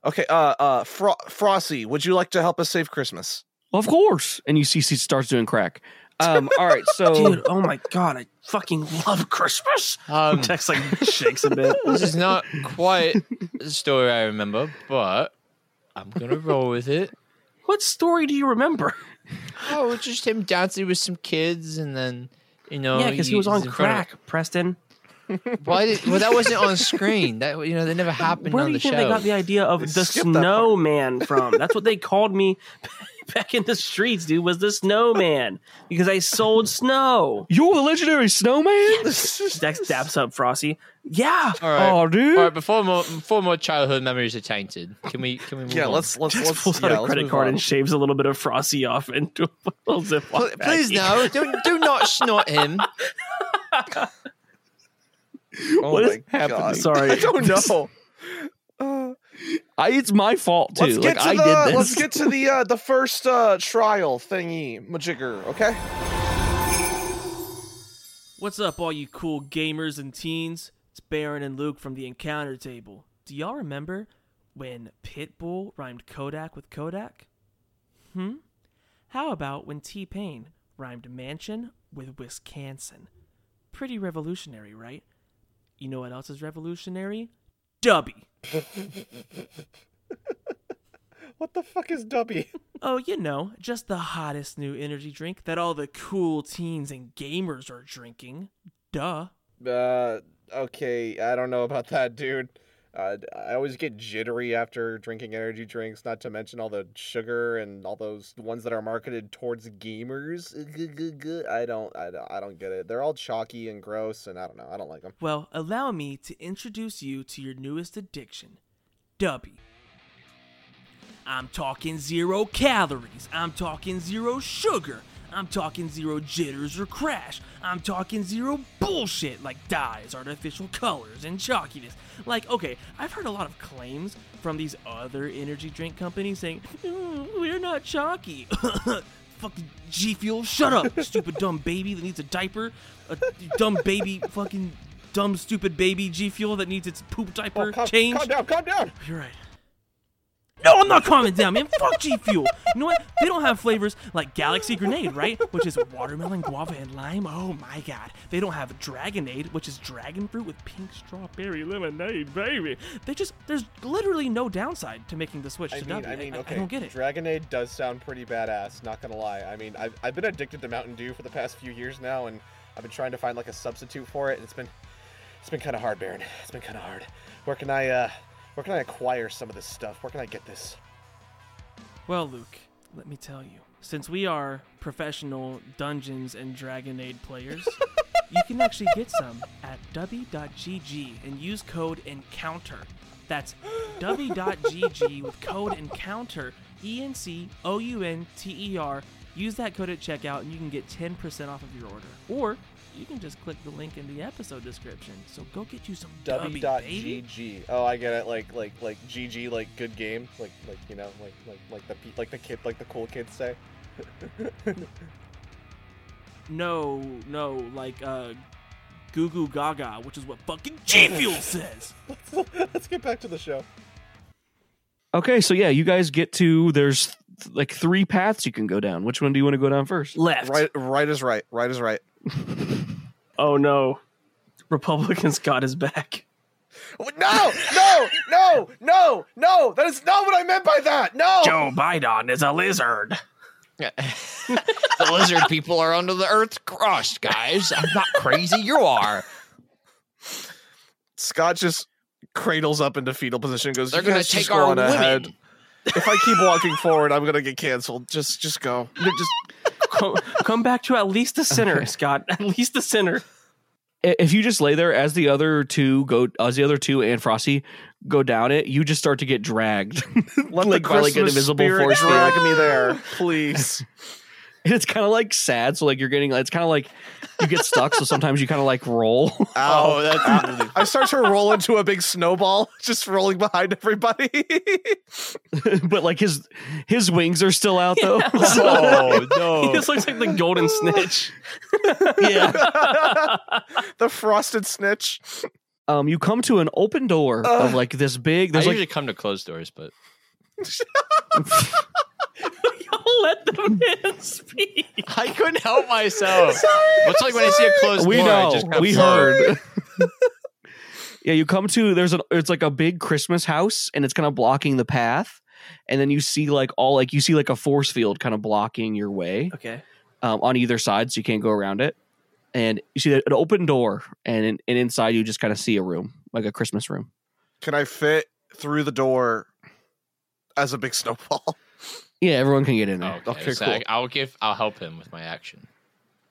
D: Okay, uh, uh, Fro- Frosty, would you like to help us save Christmas?
C: Of course. And you see, she starts doing crack. Um. All right. So
A: Dude, oh my God, I fucking love Christmas.
E: Um,
A: Dex like shakes a bit.
E: this is not quite the story I remember, but I'm gonna roll with it.
A: What story do you remember?
E: Oh, it's just him dancing with some kids, and then you know,
A: yeah, because he was on
E: he's in front of-
A: crack, Preston.
E: Why did? Well, that wasn't on screen. That you know, that never happened
A: Where
E: on
A: do you
E: the
A: think
E: show.
A: they got the idea of
D: They
A: the
D: skipped that part.
A: snowman from? That's what they called me back in the streets, dude. Was the snowman because I sold snow?
C: you're the legendary snowman.
A: Dex daps up Frosty. Yeah,
E: All right.
C: Oh, dude.
E: All right, before more before more childhood memories are tainted, can we can we move
D: Yeah,
E: on?
D: let's let's
A: Dex
D: let's
A: pulls
D: yeah,
A: out a
D: let's
A: credit
D: move
A: card
D: on.
A: and shaves a little bit of Frosty off into a little zip.
E: Pl- please no, don't do not snort him.
D: Oh
C: What
D: my
C: is happening?
D: God.
A: Sorry.
D: I don't know. Uh,
C: I, it's my fault too.
D: let's
C: like
D: get to
C: I
D: the
C: did this.
D: let's get to the uh, the first uh, trial thingy majigger. Okay.
A: What's up, all you cool gamers and teens? It's Baron and Luke from the Encounter Table. Do y'all remember when Pitbull rhymed Kodak with Kodak? Hmm? How about when T Pain rhymed mansion with Wisconsin? Pretty revolutionary, right? You know what else is revolutionary? Dubby.
D: What the fuck is Dubby?
A: Oh, you know, just the hottest new energy drink that all the cool teens and gamers are drinking. Duh.
B: Uh, okay, I don't know about that, dude. Uh, I always get jittery after drinking energy drinks, not to mention all the sugar and all those ones that are marketed towards gamers. I don't, I don't, I don't get it. They're all chalky and gross, and I don't know. I don't like them.
A: Well, allow me to introduce you to your newest addiction, Dubby. I'm talking zero calories. I'm talking zero sugar. I'm talking zero jitters or crash. I'm talking zero bullshit like dyes, artificial colors, and chalkiness. Like, okay, I've heard a lot of claims from these other energy drink companies saying, "Mm, we're not chalky. fucking G Fuel, shut up, stupid dumb baby that needs a diaper. A dumb baby, fucking dumb stupid baby G Fuel that needs its poop diaper changed.
B: down, Oh, calm down.
A: You're right. No, I'm not calming down, man. Fuck G Fuel. You know what? They don't have flavors like Galaxy Grenade, right? Which is watermelon, guava, and lime. Oh my god. They don't have Dragonade, which is dragon fruit with pink strawberry lemonade, baby. They just there's literally no downside to making the switch
B: I
A: to
B: mean,
A: Nubby.
B: I mean, okay.
A: I don't get it.
B: Dragonade does sound pretty badass. Not gonna lie. I mean, I've, I've been addicted to Mountain Dew for the past few years now, and I've been trying to find like a substitute for it, and it's been, it's been kind of hard, Baron. It's been kind of hard. Where can I, uh, where can I acquire some of this stuff? Where can I get this?
A: Well, Luke, let me tell you. Since we are professional Dungeons and Dragonade players, you can actually get some at w.gg and use code ENCOUNTER. That's w.gg with code ENCOUNTER, E N C O U N T E R. Use that code at checkout and you can get 10% off of your order. Or you can just click the link in the episode description. So go get you some W. baby.
B: W.GG. Oh, I get it. Like like like GG. Like good game. Like like you know like like like the pe- like the kid like the cool kids say.
A: No, no, like uh Goo Goo Gaga, which is what fucking G Fuel says.
B: Let's get back to the show.
C: Okay, so yeah, you guys get to there's th- like three paths you can go down. Which one do you want to go down first?
A: Left.
D: Right, right is right. Right is right.
A: Oh no. Republicans got his back.
D: No, no, no, no, no. That is not what I meant by that. No.
A: Joe Biden is a lizard.
E: the lizard people are under the earth's crust, guys. I'm not crazy. You are.
D: Scott just cradles up into fetal position. and Goes.
E: They're
D: "You
E: gonna
D: guys just
E: take our
D: on
E: women.
D: ahead. If I keep walking forward, I'm gonna get canceled. Just, just go. Just
A: Co- Come back to at least the center, Scott. At least the center.
C: I- If you just lay there as the other two go, as the other two and Frosty go down it, you just start to get dragged.
D: let
C: Like,
D: the
C: by, like, an
D: Christmas
C: invisible
D: spirit
C: force field.
D: drag me there, please.
C: And it's kind of like sad. So like you're getting, it's kind of like you get stuck. so sometimes you kind of like roll.
D: Ow. I start to roll into a big snowball, just rolling behind everybody.
C: but like his his wings are still out though. So-
D: oh
A: He
D: no!
A: just looks like the golden snitch.
C: yeah.
D: the frosted snitch.
C: Um, you come to an open door of like this big.
E: I
C: There's like
E: usually come to closed doors, but
A: Y'all let the man speak.
E: I couldn't help myself. It's like when I see a closed
C: we
E: door, I
C: know
E: just kinda
C: we
E: float.
C: heard. yeah, you come to there's an it's like a big Christmas house and it's kind of blocking the path, and then you see like all like you see like a force field kind of blocking your way
A: Okay.
C: um, on either side, so you can't go around it. And you see an open door, and and inside you just kind of see a room like a Christmas room.
D: Can I fit through the door as a big snowball?
C: Yeah, everyone can get in there.
E: Oh, Okay,
D: Okay,
E: so
D: cool.
E: I, I'll give. I'll help him with my action.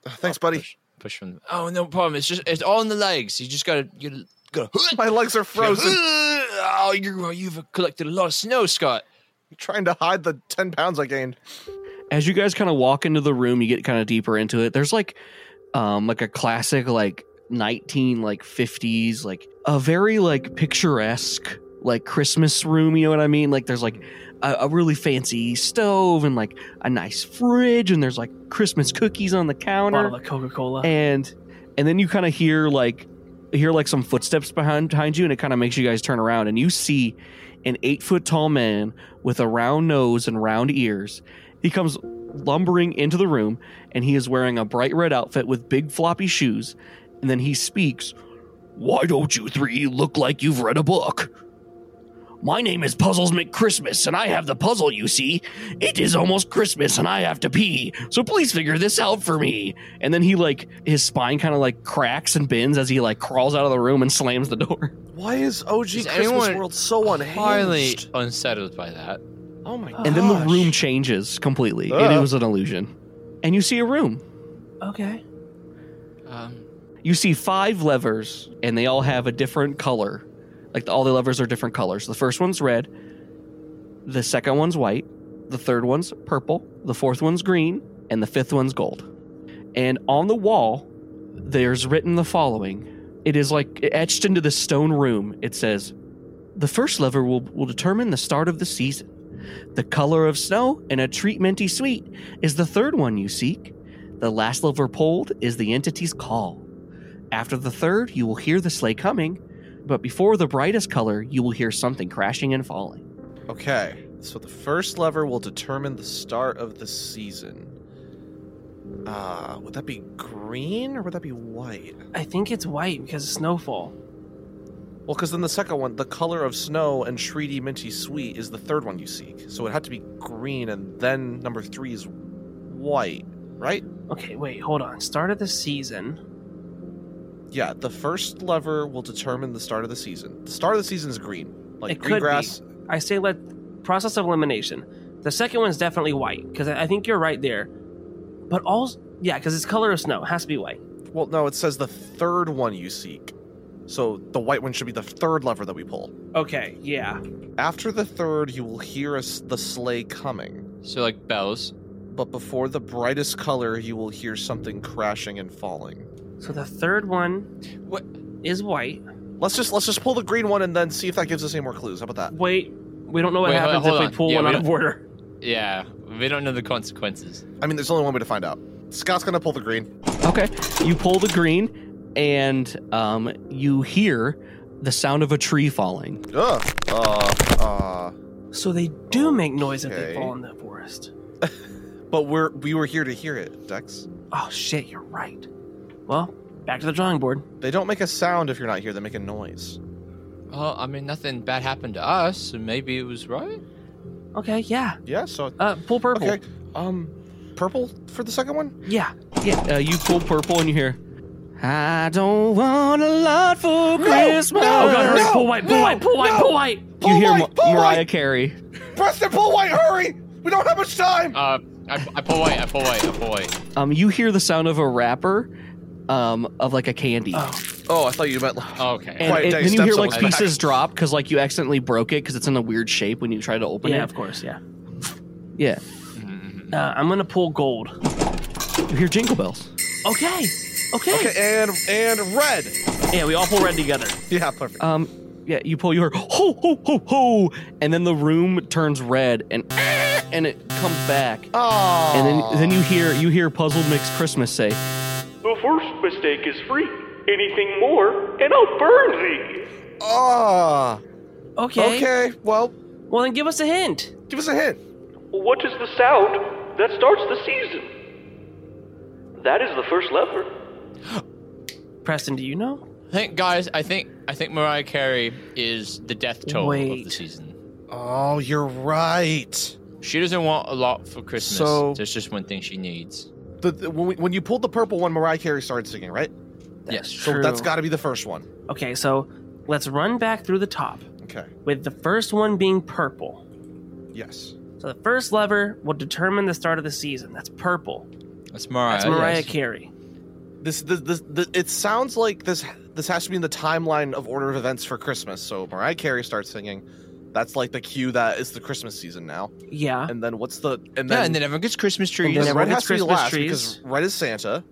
D: Thanks, buddy.
E: Push, push him. Oh no problem. It's just it's all in the legs. You just gotta you gotta.
D: My legs are frozen.
E: Oh, you you've collected a lot of snow, Scott.
D: trying to hide the 10 pounds I gained.
C: as you guys kind of walk into the room, you get kind of deeper into it. There's like, um, like a classic like nineteen like fifties like a very like picturesque like Christmas room. You know what I mean? Like there's like a, a really fancy stove and like a nice fridge and there's like Christmas cookies on the counter
A: Bottle of Coca Cola.
C: and and then you kind of hear like hear like some footsteps behind behind you and it kind of makes you guys turn around and you see an eight foot tall man with a round nose and round ears he comes lumbering into the room and he is wearing a bright red outfit with big floppy shoes and then he speaks why don't you three look like you've read a book my name is Puzzles McChristmas, and I have the puzzle, you see. It is almost Christmas, and I have to pee, so please figure this out for me. And then he, like, his spine kind of, like, cracks and bends as he, like, crawls out of the room and slams the door.
D: Why is OG
E: Is
D: Christmas
E: anyone
D: World so
E: Highly
D: unhinged?
E: unsettled by that.
D: Oh my
A: And
C: And then the
D: gosh.
C: room changes completely, and it
D: Ugh.
C: was an illusion. And you see a room.
A: okay.
E: Um,
C: You see five levers, and they all have a different color. Like, all the levers are different colors. The first one's red, the second one's white, the third one's purple, the fourth one's green, and the fifth one's gold. And on the wall, there's written the following It is like etched into the stone room. It says, The first lever will, will determine the start of the season. The color of snow and a treatmenty sweet is the third one you seek. The last lever pulled is the entity's call. After the third, you will hear the sleigh coming, but before the brightest color, you will hear something crashing and falling.
D: Okay, so the first lever will determine the start of the season. Uh, would that be green or would that be white?
A: I think it's white because of snowfall.
D: Well, because then the second one, the color of snow and Shridi Minty Sweet, is the third one you seek. So it had to be green, and then number three is white, right?
A: Okay, wait, hold on. Start of the season.
D: Yeah, the first lever will determine the start of the season. The start of the season is green, like
A: It
D: green
A: could
D: grass.
A: I say let process of elimination. The second one's definitely white because I I think you're right there. But all yeah, because it's color of snow. It has to be white.
D: Well, no, it says the third one you seek. So the white one should be the third lever that we pull.
A: Okay, yeah.
D: After the third, you will hear us the sleigh coming,
E: so like bells.
D: but before the brightest color, you will hear something crashing and falling.
A: So the third one
E: What?
A: is white.
D: Let's just let's just pull the green one and then see if that gives us any more clues. How about that?
A: Wait, we don't know what
E: Wait, hold-
A: happens
E: hold
A: if
E: on.
A: we pull
E: Yeah,
A: one
E: we
A: out of
E: don't-
A: order.
E: Yeah, we don't know the consequences.
D: I mean, there's only one way to find out. Scott's gonna pull the green.
C: Okay. You pull the green, and um, you hear the sound of a tree falling.
D: Ugh. Uh. Uh.
A: So they do make noise if they
D: Okay.
A: fall on the floor. forest.
D: But we're we were here to hear it, Dex.
A: Oh shit, you're right. Well, back to the drawing board.
D: They don't make a sound if you're not here. They make a noise.
E: Well, I mean, nothing bad happened to us, so maybe it was right.
A: Okay, yeah.
D: Yeah. So
A: Uh, pull purple.
D: okay. Um, purple for the second one.
A: Yeah.
C: Uh, you pull purple and you hear, I don't want a lot for Christmas.
A: Oh god, hurry!
D: no, Oh
A: pull white, pull
D: no,
A: white, pull white,
D: no.
A: pull white.
C: you hear
D: Pull
C: Ma-
D: white, pull
C: Mariah
D: white.
C: Carey.
D: Preston, pull white. Hurry! We don't have much time.
E: Uh, I, I pull away. I pull away. I pull away.
C: Um, you hear the sound of a wrapper, um, of like a candy,
D: Oh, I thought you meant. Like,
E: Okay.
C: and
D: Quiet
C: it-
D: Day
C: then you
D: steps
C: hear
D: on
C: like
D: his back.
C: pieces drop because like you accidentally broke it because it's in a weird shape when you try to open
A: Yeah,
C: it.
A: of course, yeah.
C: Yeah,
A: Uh, I'm gonna pull gold.
C: you hear jingle bells.
A: Okay. Okay.
D: okay, and and red.
A: Yeah, we all pull red together.
D: Yeah, perfect.
C: Um, yeah, you pull your ho ho ho ho, and then the room turns red and and it comes back,
D: Oh.
C: and then then you hear you hear Puzzled Mix Christmas say,
G: The first mistake is free. Anything more, and I'll burn thee.
D: Ah.
A: Okay.
D: Okay. Well,
A: Well, then give us a hint.
D: give us a hint.
G: What is the sound that starts the season? That is the first lever.
A: Preston, do you know?
E: I think, guys, I think I think Mariah Carey is the death toll of the
A: Wait.
E: season.
D: Oh, you're right.
E: She doesn't want a lot for Christmas.
D: So-
E: There's just one thing she needs.
D: The, the- when, we, when you pulled the purple one, Mariah Carey started singing, right?
E: Yes.
D: So that's got to be the first one.
A: Okay, so let's run back through the top
D: Okay.
A: with the first one being purple.
D: Yes.
A: So the first lever will determine the start of the season. That's purple.
E: That's Mariah.
A: That's Mariah
E: yes.
A: Carey.
D: This, this, this, th it sounds like this. This has to be in the timeline of order of events for Christmas. So Mariah Carey starts singing. That's like the cue that it's the Christmas season now.
A: Yeah.
D: And then what's the and then,
E: Yeah, and then everyone gets Christmas trees.
A: then
D: because
A: everyone
D: red
A: gets
D: has to be
A: Christmas
D: last
A: trees.
D: because red is Santa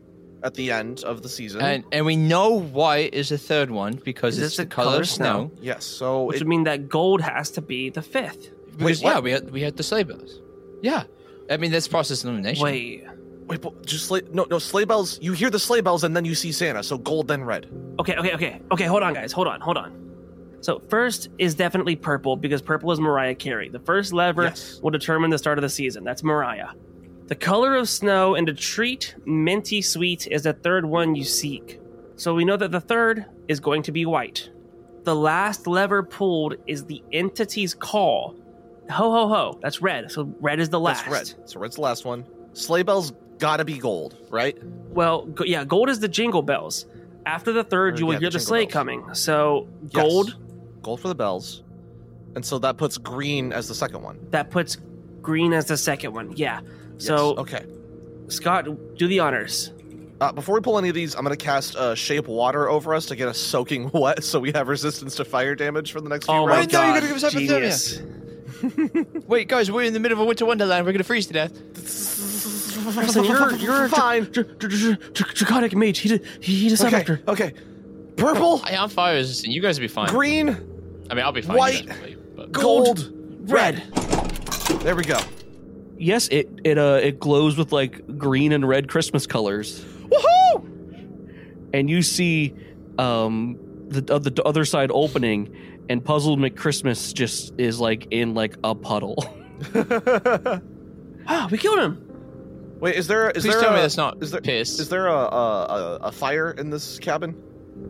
D: at the end of the season.
E: And and we know white is the third one because
A: Is
E: it's
A: this
E: the color, of snow.
D: yes. So
A: Which
D: it,
A: would mean that gold has to be the fifth.
E: Because,
D: Wait, what?
E: yeah, we had we had the sleigh bells. Yeah, I mean that's process elimination.
A: Wait.
D: wait, but just sleigh, no no sleigh bells. You hear the sleigh bells and then you see Santa. So gold then red.
A: Okay, okay, okay. Okay, hold on, guys. Hold on, hold on. So, first is definitely purple because purple is Mariah Carey. The first lever
D: Yes.
A: will determine the start of the season. That's Mariah. The color of snow and a treat, minty sweet, is the third one you seek. So, we know that the third is going to be white. The last lever pulled is the entity's call. Ho, ho, ho. That's red. So, red is the last.
D: That's red. So red's the last one. Sleigh bells gotta be gold, right?
A: Well, go- yeah, gold is the jingle bells. After the
D: Or,
A: third, you will
D: yeah, the
A: hear the
D: jingle
A: sleigh
D: bells.
A: coming. So,
D: Yes.
A: gold.
D: Gold for the bells. And so that puts green as the second one.
A: That puts green as the second one. Yeah. So,
D: Yes. okay.
A: Scott, do the honors.
D: Uh, before we pull any of these, I'm gonna cast uh, shape water over us to get us soaking wet, so we have resistance to fire damage for the next few
A: Oh my
E: Wait,
D: rounds.
E: no, you
A: god.
E: gotta give us hypothermia.
A: genius.
E: Wait, guys, we're in the middle of a winter wonderland. We're gonna freeze to death.
A: Listen, you're, you're a
D: fine.
A: dra- dra- dra- dra- draconic mage. He did, he, he does
D: Okay.
A: after.
D: Okay. Purple,
E: I, am fire resistant. You guys will be fine.
D: green,
E: I mean, I'll be fine.
D: White.
E: you guys will be, but-
D: gold.
A: Red.
D: There we go.
C: "Yes, it it uh it glows with like green and red Christmas colors."
D: Woohoo!
C: and you see um the, uh, the other side opening and puzzled mcchristmas just is like in like a puddle
A: Ah, we killed him.
D: Wait, is there is
E: Please
D: there
E: tell me
D: a,
E: that's not
D: is there-
E: piss.
D: is there a, a a- a fire in this cabin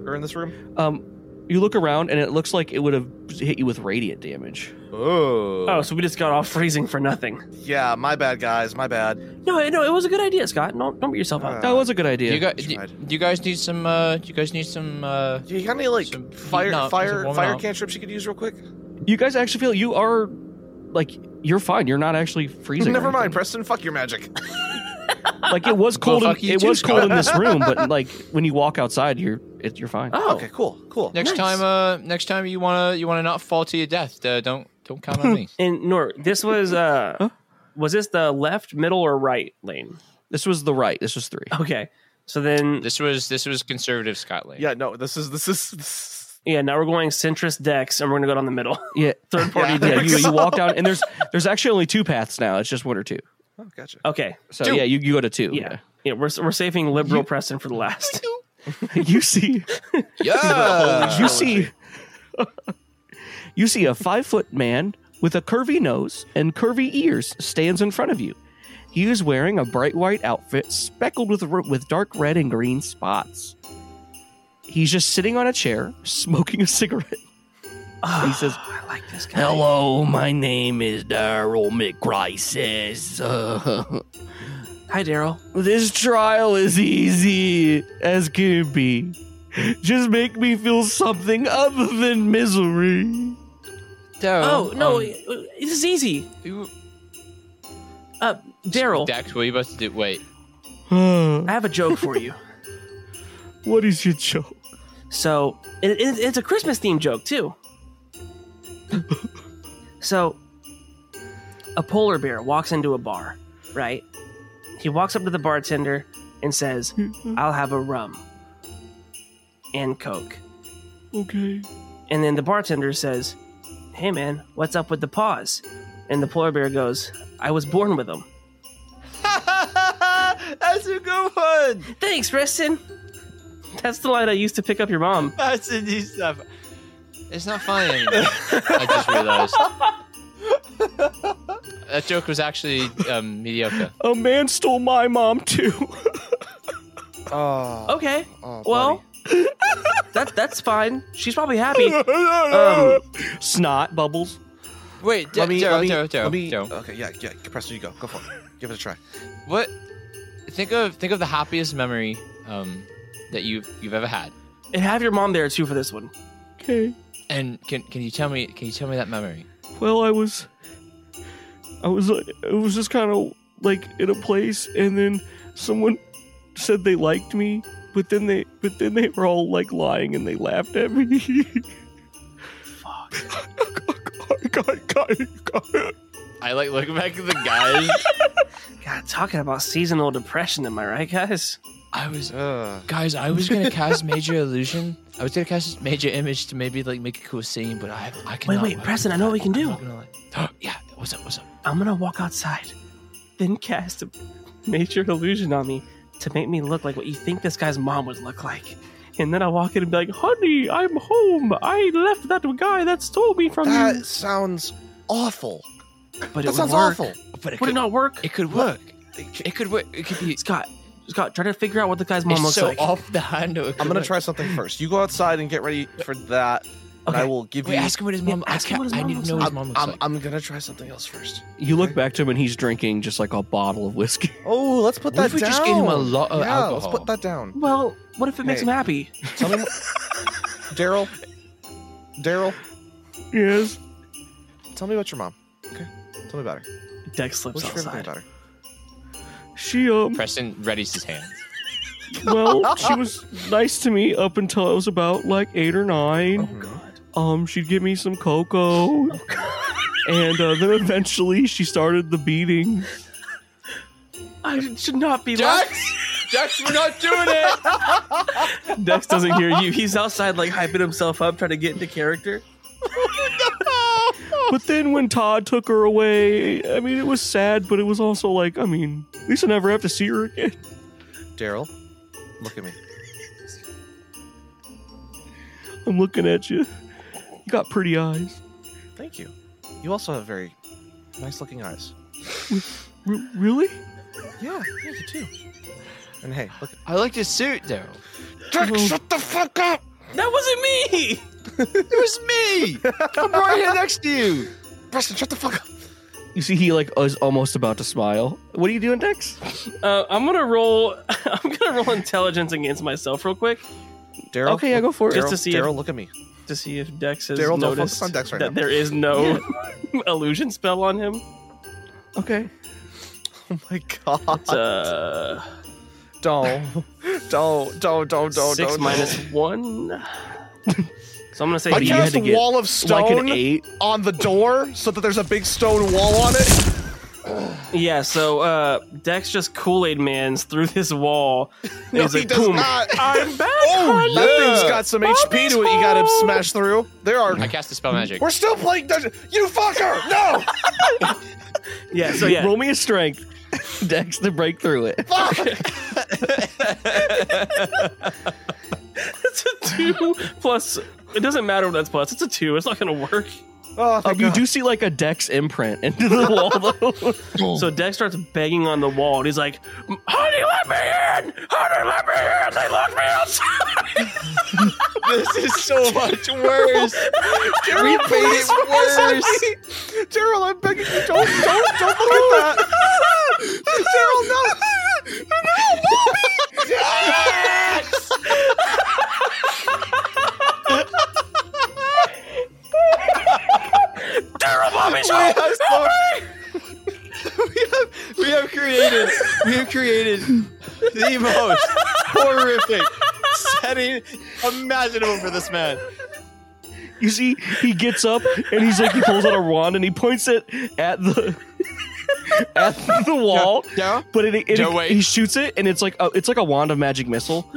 D: or in this room?
C: um you look around and it looks like it would have hit you with radiant damage
D: Oh.
A: Oh, so we just got off freezing for nothing.
D: Yeah, my bad, guys. My bad.
A: No, no, it was a good idea, Scott. Don't, don't beat yourself up.
D: Uh,
C: that was a good
E: do
C: idea
E: you guys, do,
D: tried.
E: do you guys need some? Uh, do you guys need some? Uh,
D: You got any like
E: Some heating
D: fire
E: up, some
D: fire
E: warming
D: fire
E: up.
D: cantrips you could use real quick?
C: you guys actually feel you are like you're fine you're not actually freezing or
D: Never mind,
C: anything.
D: Preston. Fuck your magic.
C: like it was cold
E: Well,
C: in,
E: fuck you
C: it
E: too,
C: was cold in this
D: Scott.
C: room but like when you walk outside you're it, you're fine
A: Oh,
D: Okay, cool, cool.
A: Nice.
E: next time, uh, next time you wanna you wanna not fall to your death. Uh, don't don't count on me.
A: and Nor, this was uh, was this the left, middle, or right lane?
C: this was the right this was three
A: Okay, so then
E: This was this was conservative Scotland.
D: Yeah, no, this is this is.
A: yeah, now we're going centrist decks, and we're gonna go down the middle.
C: yeah
A: Third party
C: yeah
A: decks.
C: you, you walk down and there's there's actually only two paths now it's just one or two
D: Oh, gotcha.
A: Okay,
C: So yeah, you, you go to two.
A: yeah, yeah, we're we're saving liberal Preston for the last.
C: you see,
E: yeah.
C: you see, you see a five foot man with a curvy nose and curvy ears stands in front of you. He is wearing a bright white outfit speckled with, r- with dark red and green spots. He's just sitting on a chair, smoking a cigarette. he says,
A: Ah, I like this guy.
C: Hello, my name is Daryl McCrisis. Uh,
A: Hi, Daryl.
C: this trial is easy as can be. Just make me feel something other than misery.
A: Oh, no,
E: um,
A: it- this is easy.
E: you-
A: Uh, Daryl,
E: Dax, what are you about to do? Wait.
A: I have a joke for you.
C: Mm-hmm. what is your joke?
A: So it, it, it's a Christmas themed joke too. so a polar bear walks into a bar, right? He walks up to the bartender and says,
C: Mm-hmm.
A: "I'll have a rum and coke."
C: Okay.
A: And then the bartender says, "Hey man, what's up with the paws?" And the polar bear goes, "I was born with them."
E: That's a good one.
A: Thanks, Preston. That's the line I used to pick up your mom.
E: That's a new stuff. It's not funny anymore. I just realized. That joke was actually um, mediocre.
C: A man stole my mom too.
D: Oh,
A: Okay,
D: oh,
A: well,
D: buddy.
A: that that's fine. She's probably happy. Um,
C: Snot bubbles.
E: Wait,
D: let me,
E: Daryl,
D: let me,
E: Daryl, Daryl,
D: let me, uh,
E: Daryl.
D: okay, yeah, yeah, Compressor, you go, go for it, give it a try.
E: What? Think of think of the happiest memory um, that you you've ever had,
A: And have your mom there too for this one.
C: Okay.
E: and can can you tell me can you tell me that memory?
C: Well, I was, I was, uh, it was just kind of like in a place, and then someone said they liked me, but then they, but then they were all like lying and they laughed at me. Fuck.
E: I like look back at the guys.
A: God, talking about seasonal depression, am I right, guys?
E: I was
D: Ugh.
E: guys. I was gonna cast major illusion. I was gonna cast major image to maybe like make a cool scene, but I I cannot.
A: wait,
E: work
A: Preston,
E: with
A: I know
E: that.
A: what we can
E: I'm
A: do.
E: not gonna lie. yeah, what's up? What's up?
A: I'm gonna walk outside, then cast a nature illusion on me to make me look like what you think this guy's mom would look like. And then I'll walk in and be like, honey, I'm home. I left that guy that stole me from
D: That sounds awful.
A: you. But it
D: That
A: would
D: sounds
A: work.
D: awful.
E: But it
A: Would it
E: could,
A: not work?
E: it could work. It could work. It could be.
A: Scott, Scott, try to figure out what the guy's mom
E: It's
A: looks
E: so
A: like.
E: off the handle. It could
D: I'm gonna
E: work.
D: try something first. You go outside and get ready for that, and I
A: Okay.
D: will give
E: Wait,
D: you.
E: ask him what his
A: Yeah,
E: mom. I
A: ask him
E: can't-
A: what his
E: I
A: mom
E: need
A: looks
E: to know
A: like.
E: his mom looks
D: I'm,
E: like.
D: I'm gonna try something else first.
C: You look back to him and he's drinking just like a bottle of whiskey.
D: Oh, let's put
E: What
D: that
E: if we
D: down.
E: just gave him a lot of
D: yeah,
E: alcohol?
D: let's put that down.
A: Well, what if it makes
D: Hey.
A: him happy?
D: Tell me, Daryl. Daryl,
C: Yes.
D: tell me about your mom. Okay, tell me about her.
A: Deck slips
D: What's your favorite thing
A: outside.
D: about her?
C: She um
E: Preston readies his hands.
C: well, she was nice to me up until I was about like eight or nine.
D: Mhm.
C: Um, she'd give me some cocoa, and uh, then eventually she started the beating.
A: I should not be laughing.
E: Jax, Jax, we're not doing it.
A: Dex doesn't hear you. He's outside, like hyping himself up, trying to get into character.
C: But then when Todd took her away, I mean, it was sad, but it was also like, I mean, at least I never have to see her again.
D: Daryl, look at me.
C: I'm looking at you. You got pretty eyes.
D: Thank you. You also have very nice-looking eyes.
C: R- really?
D: Yeah, yeah, you too. And hey, look.
E: I like your suit, Daryl.
D: Jack, shut the fuck up.
A: That wasn't me.
E: It was me. I'm right here next to you.
D: Preston, shut the fuck up.
C: You see, he like is almost about to smile. What are you doing, Dex?
A: Uh, I'm gonna roll. I'm gonna roll intelligence against myself real quick
D: Daryl.
C: Okay, yeah, go for it.
A: Just
D: Daryl,
A: to see if-
D: Daryl, look at me.
A: to see if Dex has
D: Daryl, don't
A: noticed
D: focus on Dex right
A: that
D: now.
A: there is no illusion spell on him.
C: Okay.
D: Oh my god.
A: It's, uh,
D: Don't, don't, don't, don't, don't.
A: six
D: don't,
A: minus one. So I'm gonna say
D: I
A: B. You had
D: cast
A: to get.
D: wall of stone
C: Like an eight.
D: on the door so that there's a big stone wall on it.
A: Yeah. So uh, Dex just Kool Aid Man's through this wall. And
D: No,
A: he's
D: he
A: like,
D: does
A: boom.
D: not. Oh,
A: I'm back. honey."
D: That thing's got some HP to it. You got to smash through. There are.
E: I cast a spell magic.
D: We're still playing dungeon. You fucker! No!
A: Yeah. So yeah.
C: Roll me a strength, Dex, to break through it.
A: It's a two plus. It doesn't matter what that's plus. It's a two. It's not gonna work.
D: Oh,
C: Um,
D: thank
C: you
D: God.
C: do see like a Dex imprint into the wall though.
A: So Dex starts begging on the wall, and he's like, "Honey, let me in! Honey, let me in! They locked me outside!"
E: This is so much worse. we made it worse.
D: Daryl, I'm begging you, don't, don't, don't look at that. Daryl, no.
A: Daryl, mommy's
E: We
A: home.
E: have, we have we have created we have created the most horrific setting imaginable for this man.
C: You see, he gets up and he's like, he pulls out a wand and he points it at the at the wall.
E: Yeah.
C: But it, it,
E: No way.
C: he shoots it and it's like a, it's like a wand of magic missile.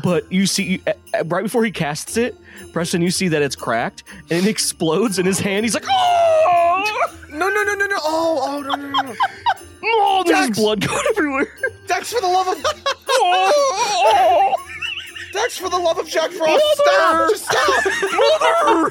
C: But you see, uh, uh, right before he casts it, Preston, you see that it's cracked and it explodes in his hand. He's like, oh,
D: No, no, no, no, no. Oh, oh, no, no, no, no.
C: oh there's
D: Dex!
C: blood going everywhere.
D: Dex, for the love of
C: Oh,
D: Dex, for the love of Jack Frost, stop! Just stop!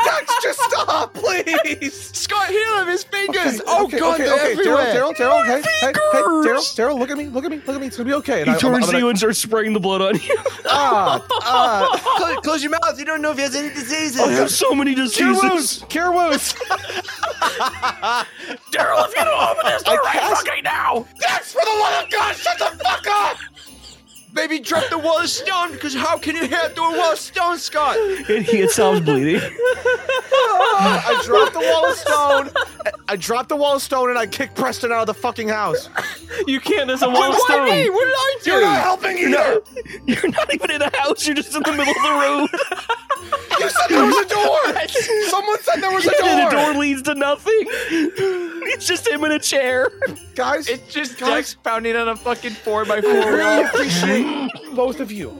D: Dex, just stop, please!
E: Scott, heal him. His fingers.
D: Okay,
E: oh
D: okay,
E: God,
D: okay,
E: they're
D: okay,
E: everywhere.
D: Daryl, Daryl, Daryl, hey, hey, hey,
C: Fingers!
D: Daryl, Daryl, look at me, look at me, look at me. It's gonna be okay. And
C: he
D: I- I'm-
C: turns
D: I'm
C: to
D: gonna-
C: you and starts spraying the blood on you.
D: Ah, ah,
E: Close, close your mouth. You don't know if he has any diseases.
C: I have so many
D: cure
C: diseases.
D: wounds, cure wounds.
A: Daryl, if you don't open this door right
D: cast-
A: fucking now,
E: That's for the love of God, shut the fuck up! Baby, drop the wall of stone because how can you hear through a wall of stone, Scott?
C: And he it sounds bleeding.
D: I dropped the wall of stone. I dropped the wall of stone and I kicked Preston out of the fucking house.
A: you can't. There's a wall of stone.
E: What did I do?
D: You're not helping either.
C: You're not even in a house. You're just in the middle of the road.
D: You said there was a door. Someone said there was a
C: And the
D: door.
C: door leads to nothing. It's just him in a chair.
D: Guys,
E: It's just
D: Guys.
E: Dex pounding on a fucking four by
D: I
E: four.
D: really appreciate both of you.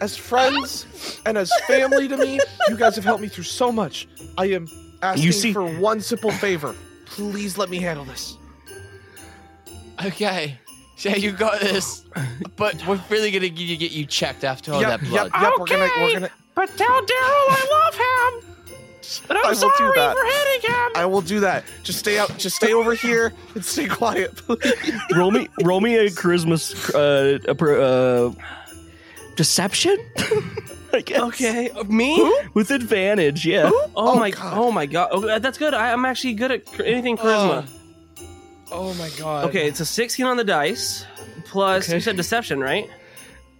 D: As friends and as family to me, you guys have helped me through so much. I am asking
C: You see-
D: for one simple favor. Please let me handle this.
E: okay, yeah, you got this. But we're really gonna g- get you checked after all
D: yep,
E: Oh, that
D: yep,
E: blood.
D: yep, we're gonna we're
A: Okay.
D: gonna
A: But tell Daryl I love him. And I'm
D: I will do
A: sorry
D: that.
A: for hitting him.
D: I will do that. Just stay out just stay over here and stay quiet, please.
C: roll me, roll me a charisma, uh, a per- uh, deception. I guess.
A: Okay, uh, me?
C: With advantage, yeah.
A: Oh,
D: Oh,
A: my!
D: God.
A: Oh my God! Okay, that's good. I, I'm actually good at ch- anything charisma.
E: Oh my god.
A: okay, it's a 16 on the dice. Plus, you said deception, right?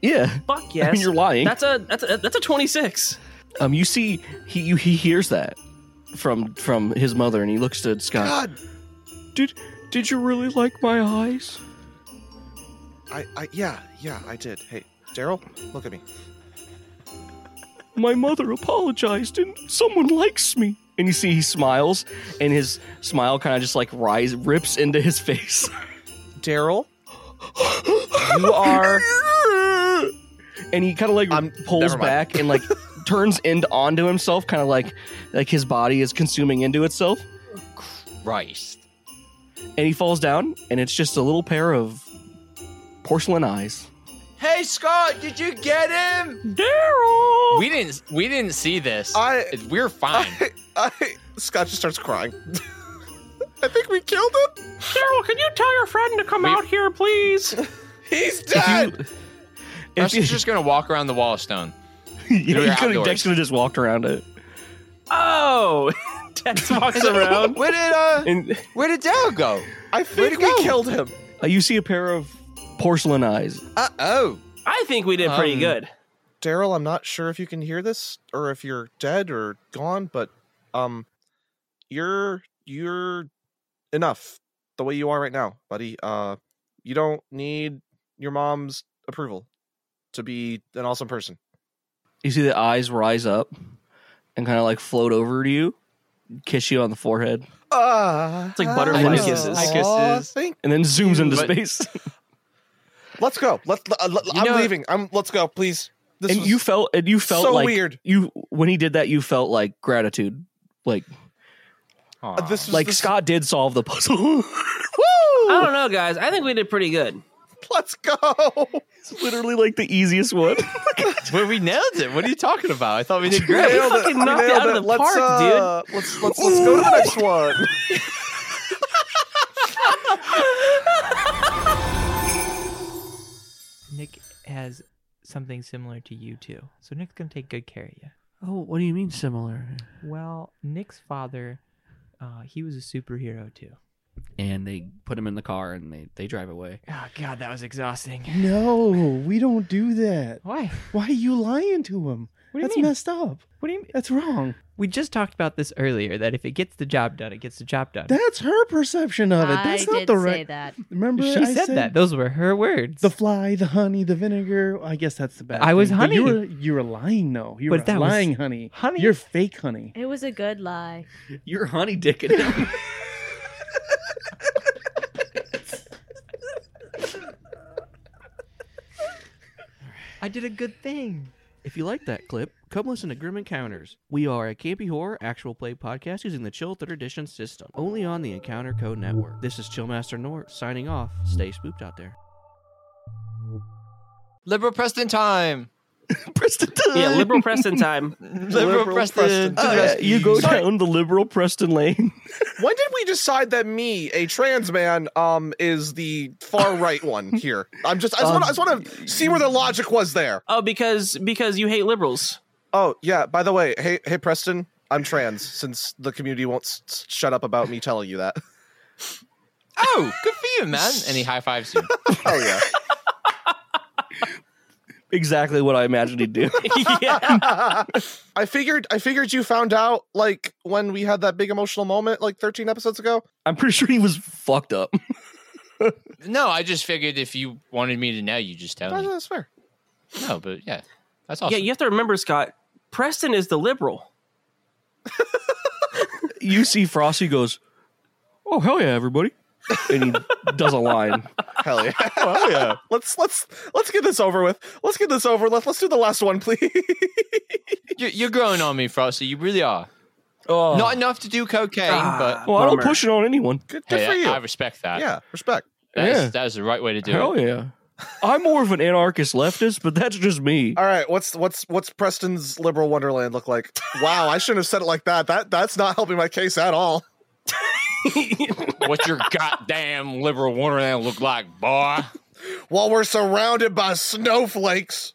C: Yeah.
A: Fuck yes.
C: I mean, you're lying.
A: That's a that's a that's a 26.
C: Um, you see, he you, he hears that from from his mother, and he looks to Scott.
D: God.
C: Did did you really like my eyes?
D: I, I yeah, yeah, I did. Hey, Daryl, look at me.
C: my mother apologized and someone likes me and you see he smiles and his smile kind of just like rise rips into his face
D: Daryl, you are
C: and he kind of like
D: I'm-
C: pulls
D: never mind.
C: back and like turns end onto himself kind of like like his body is consuming into itself
E: Christ.
C: and he falls down and it's just a little pair of porcelain eyes
E: Hey Scott, did you get him?
A: Daryl.
E: We didn't. We didn't see this.
D: I
E: we're fine.
D: I, I Scott just starts crying. I think we killed him.
A: Daryl, can you tell your friend to come
E: We-
A: out here, please?
D: He's
C: if
D: dead.
C: you if you,
E: Preston's just gonna walk around the wall of stone.
C: you,
E: we're
C: could have
E: outdoors.
C: just walked around it
A: Oh, Dex walks around.
E: Where did uh?
C: and
E: Where did Daryl go?
D: I think we killed him.
C: uh, you see a pair of porcelain eyes
E: Uh oh.
A: I think we did pretty
E: Um,
A: good.
D: Daryl, I'm not sure if you can hear this or if you're dead or gone, but um, you're you're enough the way you are right now, buddy. Uh, you don't need your mom's approval to be an awesome person.
C: You see the eyes rise up and kind of like float over to you, kiss you on the forehead, Ah,
D: Uh,
A: It's like butterfly
E: I
A: kisses.
E: I kisses.
D: Thank.
C: and then zooms into
E: But-
C: space.
D: Let's go. Let's. let- let-
E: You
D: I'm
E: know-
D: leaving. I'm. Let's go, please. This
C: and
D: was
C: you felt and you felt
D: so
C: like
D: weird.
C: you when he did that, you felt like gratitude, like
D: Uh, This was Ah.
C: like
D: this-
C: Scott did solve the puzzle.
A: I don't know, guys. I think we did pretty good.
D: Let's go.
C: It's literally like the easiest one.
E: But we nailed it. What are you talking about? I thought we did
A: Yeah, we
E: great.
A: fucking knocked it out of the
D: let's,
A: park,
D: uh, dude. Let's let's let's go to the next one.
H: Nick has something similar to you two, so Nick's gonna take good care of you.
C: oh, what do you mean similar?
H: Well, Nick's father, uh, he was a superhero too.
C: And they put him in the car and they, they drive away.
H: Oh God, that was exhausting.
I: No, we don't do that.
H: Why?
I: Why are you lying to him?
H: What do you
I: That's
H: mean?
I: messed up.
H: What do you mean?
I: That's wrong.
H: We just talked about this earlier. That if it gets the job done, it gets the job done.
I: That's her perception of it. That's
J: I
I: not
J: did
I: the
J: say
I: right.
J: that.
I: Remember,
H: she
I: I
H: said, that. Those were her words.
I: The fly, the honey, the vinegar. I guess that's the bad.
H: I
I: thing.
H: was
I: But You
H: honey.
I: were you were lying though. You
H: But
I: were
H: that was
I: lying, honey.
H: honey.
I: You're fake, honey.
J: It was a good lie.
C: You're honey dicking.
H: I did a good thing.
C: If you like that clip, come listen to Grim Encounters. We are a campy horror actual play podcast using the Chill Third Edition system, only on the Encounter Code Network. This is Chillmaster Nort signing off. Stay spooked out there.
E: Liberal Preston time.
C: Preston,
A: Yeah, liberal Preston time.
E: Liberal, Preston.
D: Preston.
E: to the rescue.
C: you go
E: Sorry.
C: down the liberal Preston lane.
D: When did we decide that me, a trans man, um, is the far right one here? I'm just I just want I just want to see where the logic was there.
A: Oh, because because you hate liberals.
D: Oh yeah. By the way, hey hey Preston, I'm trans. Since the community won't s- s- shut up about me telling you that.
E: Oh, good for you, man. And he high fives you.
D: Oh yeah.
C: Exactly what I imagined he'd do.
A: yeah.
D: I figured I figured you found out like when we had that big emotional moment like 13 episodes ago.
C: I'm pretty sure he was fucked up.
E: No, I just figured if you wanted me to know, you just tell
D: That's,
E: me.
D: that's fair.
E: No, but yeah, that's awesome.
A: Yeah, you have to remember, Scott. Preston is the liberal.
C: You see Frosty goes, Oh, hell yeah, everybody. And he does a line.
D: Hell yeah. Oh, Hell yeah. let's let's let's get this over with. Let's get this over. Let's let's do the last one, please.
E: You're, you're growing on me, Frosty. You really are.
C: Oh,
E: Not enough to do cocaine,
A: Ah,
E: but
C: well, I don't
A: Bummer.
C: push it on anyone.
D: Good, good
E: hey,
D: for
E: I-
D: you.
E: I, respect that.
D: yeah, respect.
E: That is
C: Yeah.
E: that is the right way to do
C: Hell
E: it.
C: yeah. I'm more of an anarchist leftist, but that's just me.
D: All right, what's what's what's Preston's liberal wonderland look like? Wow, I shouldn't have said it like that. That that's not helping my case at all.
E: What's your goddamn liberal wonderland look like, boy?
D: While we're surrounded by snowflakes.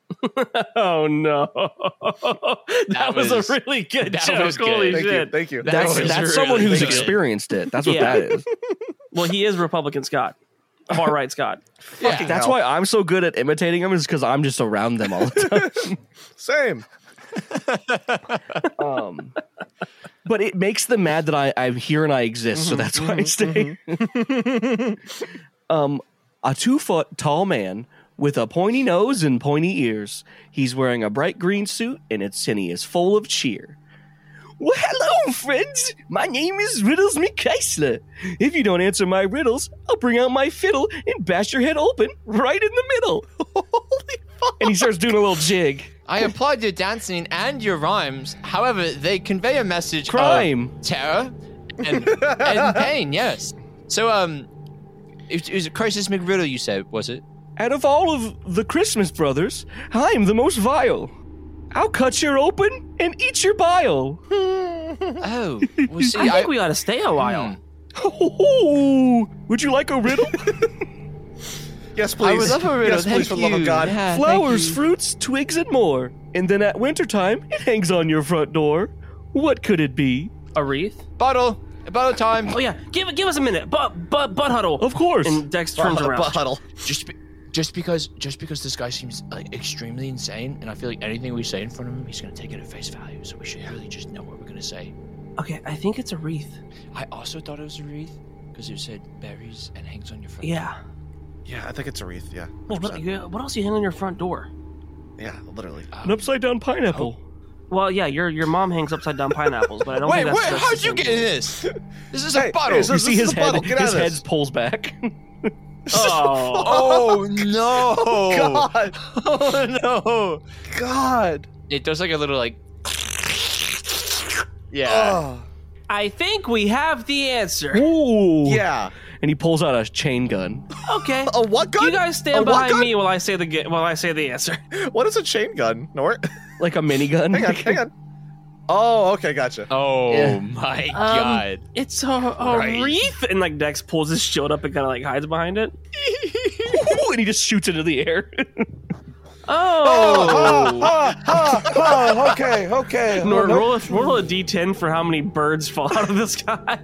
A: Oh no, that,
E: That
A: was,
E: was-
A: a really good
E: that
A: joke.
E: was good.
A: Holy
D: Thank you.
A: shit!
D: Thank you.
E: That
C: That's,
E: was
C: that's
E: really
C: someone who's
E: good.
C: experienced it. That's what
A: Yeah.
C: that is.
A: Well, he is Republican Scott, far right Scott.
E: Yeah.
C: That's
D: hell.
C: why I'm so good at imitating them is because I'm just around them all the
D: Same.
C: time. Um, but it makes them mad that I, I'm here and I exist, so that's why I stay. um, a two foot tall man with a pointy nose and pointy ears. He's wearing a bright green suit and its tinny is full of cheer. Well, hello, friends. My name is Riddles McKeisler. If you don't answer my riddles, I'll bring out my fiddle and bash your head open right in the middle. Holy fuck. And he starts doing a little jig.
E: I applaud your dancing and your rhymes. However, they convey a message of
C: Crime.
E: terror, and, and pain. Yes. So, um, it, it was Crisis McRiddle. You said was it?
C: Out of all of the Christmas brothers, I'm the most vile. I'll cut your open and eat your bile.
E: Oh, well, see,
A: I
E: I, Hmm.
A: think we ought to stay a while.
C: Would you like a riddle?
D: Yes, please.
E: I would love a riddle.
D: Yes, please,
E: Thank
D: for the love
E: you.
D: of God.
E: Yeah, thank
C: Flowers,
E: you.
C: fruits, twigs, and more. And then at wintertime, it hangs on your front door. What could it be?
A: A wreath.
E: bottle, bottle time.
A: Oh yeah, give give us a minute. But but butt huddle.
C: Of course.
A: And Dex turns around.
D: Butt huddle.
E: just be, just because just because this guy seems like extremely insane and i feel like anything we say in front of him he's going to take it at face value so we should really just know what we're going to say
A: Okay, I think it's a wreath.
E: i also thought it was a wreath because it said berries and hangs on your front
A: Yeah.
D: Yeah, I think it's a wreath. Yeah.
A: Well, what, yeah, what else you hang on your front door?
D: Yeah, literally.
E: Ah.
C: An upside down pineapple.
D: Oh,
A: Well, yeah, your your mom hangs upside down pineapples, but I don't
E: wait
A: think
E: wait
A: that's, that's the
E: how'd you
A: same
E: get in
A: thing.
E: this this is
D: Hey,
E: a bottle
D: hey, so
C: You
D: this
C: see
D: is
C: his
D: the
C: head.
D: bottle. Get out
C: His
D: of
C: head
D: this.
C: pulls back.
A: Oh.
E: oh no
D: God.
E: oh no
D: God.
E: it does like a little like yeah
D: Oh.
A: I think we have the answer.
C: Ooh.
D: Yeah.
C: and he pulls out a chain gun.
A: Okay.
D: A what gun?
A: You guys stand
D: A what
A: behind
D: gun?
A: me while I say the ge- while I say the answer.
D: What is a chain gun, Nort?
C: Like a minigun.
D: hang on, hang on. Oh, okay, gotcha.
E: Oh
C: Yeah.
E: my
D: Um,
E: god.
A: It's a, a
E: Right.
A: wreath, and like Dex pulls his shield up and kind of like hides behind it.
C: and he just shoots it into the air.
A: Oh,
D: ha, ha, ha, okay, okay.
A: Nor, Oh, roll, a, roll a d10 for how many birds fall out of the sky.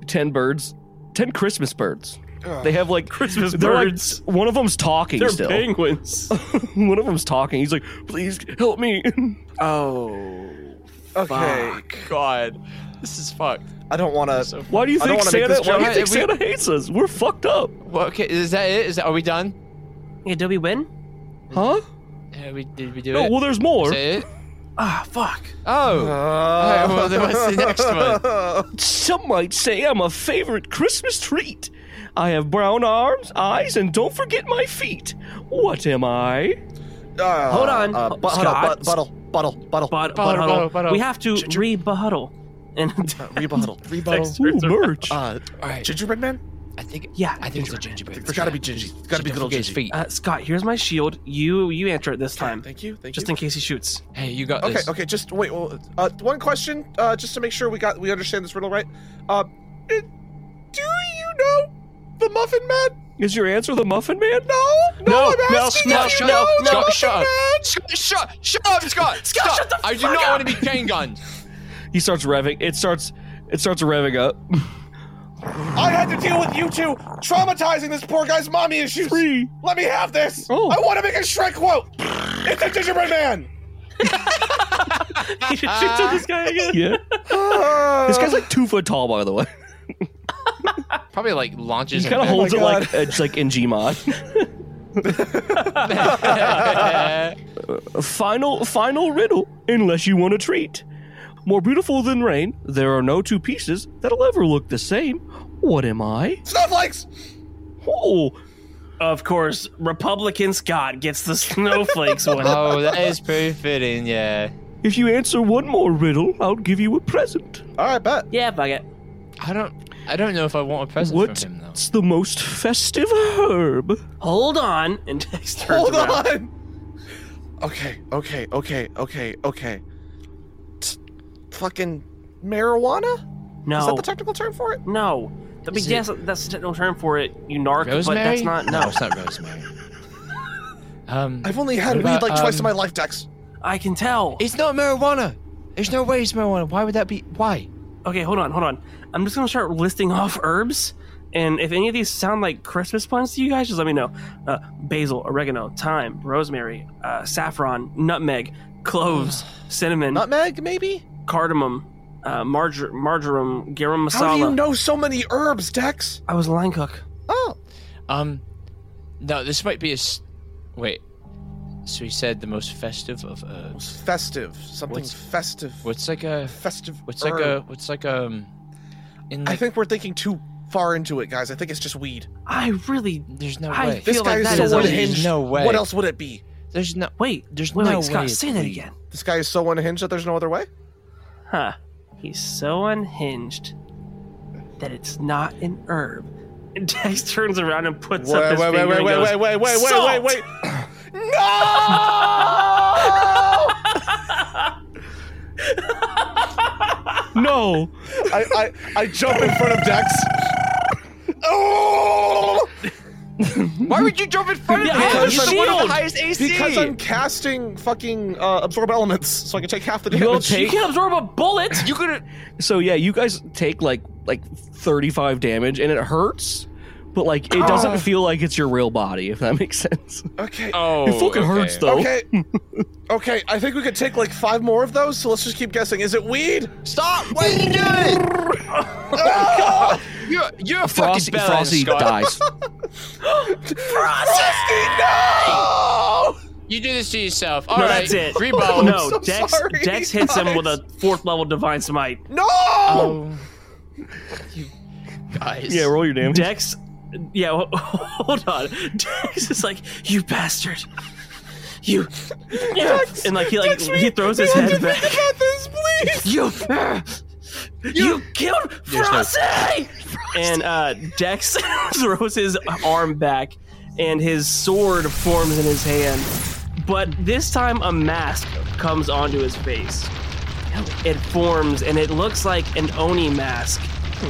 C: Ten birds. Ten Christmas birds. They have like
A: Christmas
C: they're like-
A: birds.
C: one of them's talking
A: They're
C: still.
A: penguins.
C: one of them's talking. He's like, "Please help me."
A: oh,
D: Okay,
E: God. This is fucked.
D: I don't want to.
E: So fucked.
C: Why do you
D: I don't
C: think
D: wanna make
C: Santa?
D: this
C: Why do you
E: joke.
C: think
E: If we-
C: Santa hates us? We're fucked up,
E: Well, okay, is that it? Is that, are we done?
A: yeah. Do we win?
C: huh?
E: Yeah, we did we do
C: No,
E: it?
C: well, there's more.
E: Is that it?
A: Ah, fuck.
D: uh,
E: Oh. right, well, then what's the next one?
C: Some might say I'm a favorite Christmas treat. I have brown arms, eyes, and don't forget my feet. What am I?
D: Uh,
A: Hold on,
D: uh,
A: ho-
D: bu- hold on,
A: Scott.
D: bu- buttle, buttle, buttle,
A: But,
E: Butthole,
A: butthole.
E: butthole, butthole.
A: We have to rebuttal. And
D: rebuttal, rebuttal.
A: Dex
C: Ooh,
A: turns around.
C: merch.
D: Uh,
E: All right.
D: gingerbread man.
E: I think
A: Yeah,
E: I think it's a gingerbread.
D: There's gotta be Gingy. There's gotta be
E: Don't
D: good old
E: forget his
D: Gingy.
E: feet.
A: uh, Scott, here's my shield. You you answer it this time,
D: Thank you, thank
A: just
D: you.
A: in case he shoots.
E: Hey, you got
D: Okay,
E: this.
D: okay. Just wait. Well, uh, one question, uh, just to make sure we got we understand this riddle right. Uh, it- do you know the Muffin Man?
C: Is your answer the Muffin Man?
D: No, no.
E: No,
D: I'm
E: no,
D: asking
E: no,
D: if you
E: shut
D: know
E: up,
D: the
E: shut-
D: Muffin
E: shut up.
D: Man.
E: Shut, shut, shut up, Scott! Scott,
A: shut the
E: I do
A: fuck
E: not
A: up.
E: want to be chain gunned.
C: He starts revving. It starts. It starts revving up.
D: I had to deal with you two traumatizing this poor guy's mommy issues.
C: Three.
D: Let me have this.
C: Oh.
D: I want to make a Shrek quote. it's a gingerbread man.
A: he just shoots at this guy again.
C: Yeah. this guy's like two foot tall, by the way.
E: Probably like launches.
C: He kind of
E: him Oh
C: holds it
D: Oh God.
C: like it's like in Gmod.
E: back.
C: final, final riddle. Unless you want a treat, more beautiful than rain, there are no two pieces that'll ever look the same. What am I?
D: Snowflakes.
C: Oh,
A: Of course, Republican Scott gets the snowflakes one.
E: oh, that is pretty fitting. Yeah.
C: if you answer one more riddle, I'll give you a present.
D: All right, bet.
A: yeah, fuck it.
E: I don't. I don't know if I want a present
C: What?
E: from him though.
C: It's the most festive herb.
A: Hold on, and Dex turns
D: Hold
A: around.
D: on. Okay, okay, okay, okay, okay. T- fucking marijuana?
A: No,
D: Is that the technical term for it?
A: no. I mean,
E: Is it-
A: yes, that's the technical term for it. You narc,
E: Rosemary?
A: but that's not.
E: no,
A: No,
E: it's not rosemary. Um,
D: I've only had
E: What about,
D: weed like twice
E: um,
D: in my life, Dex.
A: I can tell.
E: it's not marijuana. There's no way it's marijuana. Why would that be? Why?
A: Okay, hold on, hold on. I'm just gonna start listing off herbs, and if any of these sound like Christmas puns to you guys, just let me know. Uh, basil, oregano, thyme, rosemary, uh, saffron, nutmeg, cloves, cinnamon,
D: Nutmeg, maybe?
A: cardamom, uh, marjor- marjoram, garam masala.
D: How do you know so many herbs, Dex?
A: I was a line cook.
D: Oh,
E: Um, no, this might be a. s- Wait. So he said the most festive of herbs.
D: it's festive. Something
E: What's-
D: festive.
E: What's like a?
D: festive?
E: What's like a?
D: herb.
E: What's like um? In
D: I
E: like,
D: think we're thinking too far into it, guys. I think it's just weed.
A: I really
E: there's no
A: I
E: way.
A: feel
D: This guy
A: like
D: is
A: that
D: so
A: is
D: unhinged.
E: There's no way.
D: What else would it be?
E: There's no.
A: wait.
E: There's
A: wait,
E: no
A: wait, Scott,
E: way
A: say
E: it's
A: that
E: weed.
A: again.
D: This guy is so unhinged that there's no other way?
A: Huh? He's so unhinged that it's not an herb. And Dex turns around and puts up his finger and goes,
D: wait, wait,
A: "Salt!"
D: No!
C: No.
D: I, I, I jump in front of Dex. Oh!
E: Why would you jump in front of
A: Yeah,
E: him?
A: I have a
E: He's the one with
A: shield.
E: the highest AC.
D: Because I'm casting fucking uh, absorb elements, so I can take half the
C: You'll
D: damage.
A: You
C: take
A: can absorb a bullet.
E: you could.
C: So yeah, you guys take like like 35 damage and it hurts, but like it doesn't
A: Ah.
C: feel like it's your real body if that makes sense.
D: Okay.
E: Oh,
C: It fucking hurts though.
D: Okay. okay. I think we could take like five more of those. So let's just keep guessing. Is it weed?
E: Stop! What are you doing?
D: Ah!
E: You're you're a
C: Frosty,
E: fucking badass,
C: Frosty
E: Scott.
C: dies.
D: Frosty,
E: You do this to yourself. All
A: no,
E: right,
A: that's it.
E: Three balls.
A: No,
D: so
A: Dex
D: sorry,
A: Dex hits him
D: guys.
A: with a fourth level divine smite.
D: no! No!
E: Oh, you guys.
C: yeah, roll your damage.
A: Dex, yeah, well, hold on. Dex is like, you bastard, you, and like he like he throws his head back.
D: About this, please.
A: You, You killed
E: There's no-
A: Frosty! And uh, Dex throws his arm back, and his sword forms in his hand. But this time, a mask comes onto his face. It forms, and it looks like an Oni mask,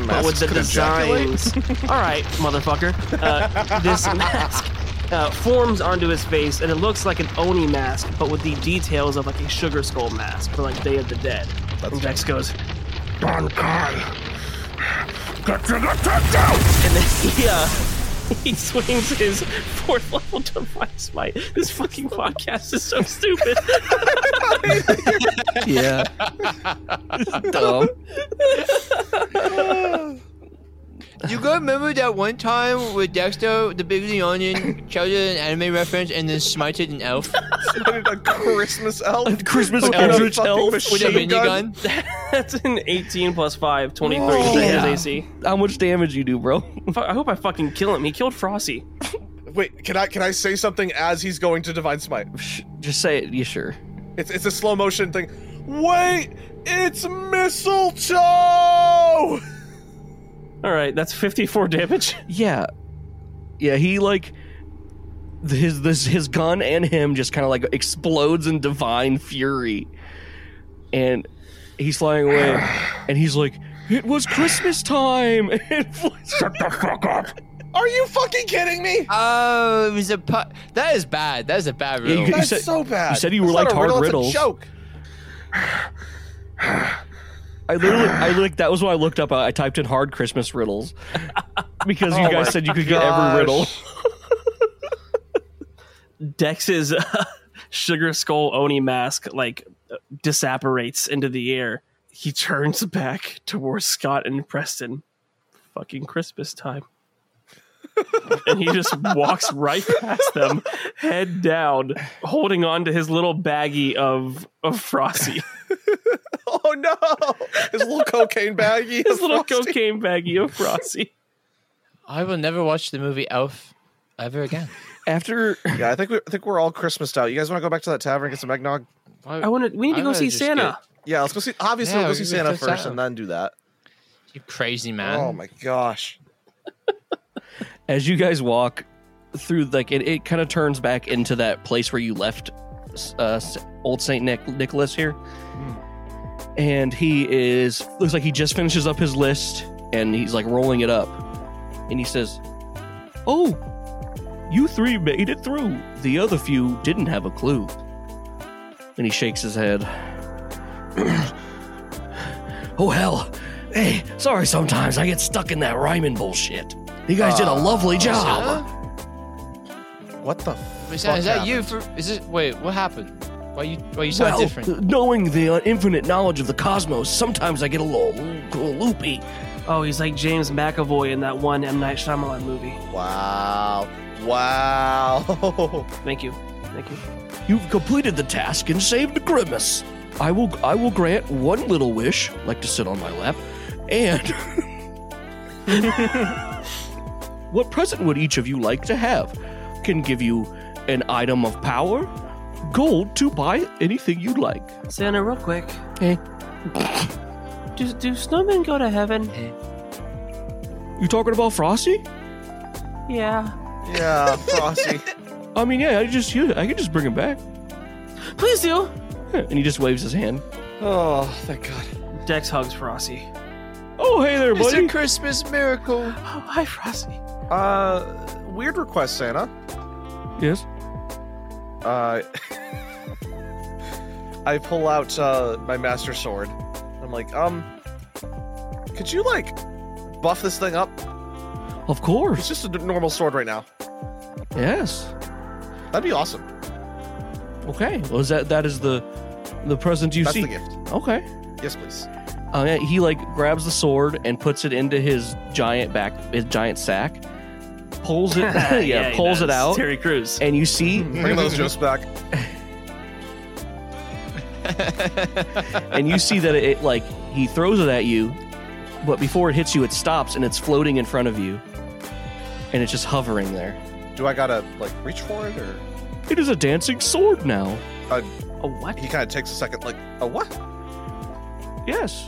A: but with the designs. All right, motherfucker. Uh, this mask uh, forms onto his face, and it looks like an Oni mask, but with the details of like a sugar skull mask for like Day of the Dead. and Dex goes, Don Kai, get to the takedown! And then he, uh, he swings his fourth level divine smite. This fucking podcast is so stupid.
C: Yeah. Dumb.
E: You gotta remember that one time with Dexter, the Big of the Onion, shouted an anime reference and then smited an elf
B: a Christmas elf.
C: Christmas
B: with a
C: Eldritch
B: fucking
C: Elf.
E: with a
B: machine gun.
E: minigun?
A: That's an 18 plus 5, 23
C: Whoa.
A: to his
C: Yeah.
A: AC.
C: How much damage you do, bro?
A: Fuck, I hope I fucking kill him. He killed Frosty.
B: Wait, can I can I say something as he's going to divine smite?
C: Sh- Just say it. You sure?
B: It's it's a slow motion thing. Wait, it's mistletoe.
A: All right, that's 54 damage.
C: Yeah, yeah. He like th- his this his gun and him just kind of like explodes in divine fury, and he's flying away, and he's like, "It was Christmas time!" And flies-
B: Are you fucking kidding me?
E: Oh, it was a pu- That is bad. That is a bad
C: Yeah, you
E: rule.
C: could-
B: That's
C: said-
B: so bad.
C: you said you were
B: That's not
C: liked
B: a
C: hard
B: riddle, it's a
C: riddles.
B: joke.
C: I literally, I like that was why I looked up. uh, I, I typed in "hard Christmas riddles" because you guys said you could get every riddle.
A: Dex's uh, sugar skull Oni mask like disapparates into the air. He turns back towards Scott and Preston. Fucking Christmas time. and he just walks right past them, head down, holding on to his little baggie of of Frosty.
B: Oh no! His little cocaine baggie.
A: His little
B: Frosty.
A: cocaine baggie of Frosty.
E: I will never watch the movie Elf ever again.
C: After
B: Yeah, I think we I think we're all Christmased out. You guys want to go back to that tavern and get some eggnog?
A: I want to. We need to
E: I'm
A: go
E: gonna
A: see
E: just
A: Santa.
B: Yeah, let's go see. Obviously,
E: Yeah,
B: we'll go
E: we
B: see
E: can
B: Santa
E: go
B: first
E: to Santa.
B: and then do that.
E: get- you crazy man.
B: Oh my gosh!
C: as you guys walk through like it, it kind of turns back into that place where you left uh, S- old saint Nick, nicholas here and he is looks like he just finishes up his list and he's like rolling it up and he says oh you three made it through the other few didn't have a clue and he shakes his head oh hell hey sorry sometimes i get stuck in that rhyming bullshit you guys did a lovely job
E: Santa?
B: What the?
E: Wait, Santa,
B: fuck
E: is that
B: happened?
E: you? For is it? Wait, what happened? Why you? Why you sound different?
C: knowing the uh, infinite knowledge of the cosmos, sometimes I get a little, little loopy.
A: Oh, he's like James McAvoy in that one M Night Shyamalan movie.
B: Wow! Wow!
A: Thank you, thank you.
C: You've completed the task and saved Grimace. I will, I will grant one little wish, like to sit on my lap, and what present would each of you like to have? Can give you an item of power, gold to buy anything you'd like.
A: Santa, real quick.
C: Hey.
A: Do, do snowmen go to heaven?
C: You talking about Frosty?
A: Yeah.
B: yeah, Frosty.
C: I mean, yeah, I just, yeah, I could just bring him back,
A: Please do.
C: Yeah, and he just waves his hand.
B: Oh, thank God.
A: Dex hugs Frosty.
C: Oh, hey there,
E: It's
C: buddy.
E: a Christmas miracle.
A: Oh, hi, Frosty.
B: Uh, weird request, Santa.
C: Yes.
B: Uh, I pull out uh, my master sword. I'm like, um, could you like buff this thing up?
C: Of course.
B: It's just a normal sword right now.
C: Yes.
B: That'd be awesome.
C: Okay. Well, is that that is the the present you
B: That's
C: see?
B: the gift.
C: Okay.
B: Yes, please.
C: Uh, yeah, he like grabs the sword and puts it into his giant back, his giant sack, pulls it, yeah,
A: he
C: pulls it
A: does.
C: out,
A: Terry Crews.
C: and you see,
B: Bring those jokes back.
C: and you see that it, it like he throws it at you, but before it hits you, it stops and it's floating in front of you, and it's just hovering there.
B: Do I gotta like reach for it, or
C: It is a dancing sword now.
A: Oh, what?
B: he kind of takes a second, like, a what?
C: Yes.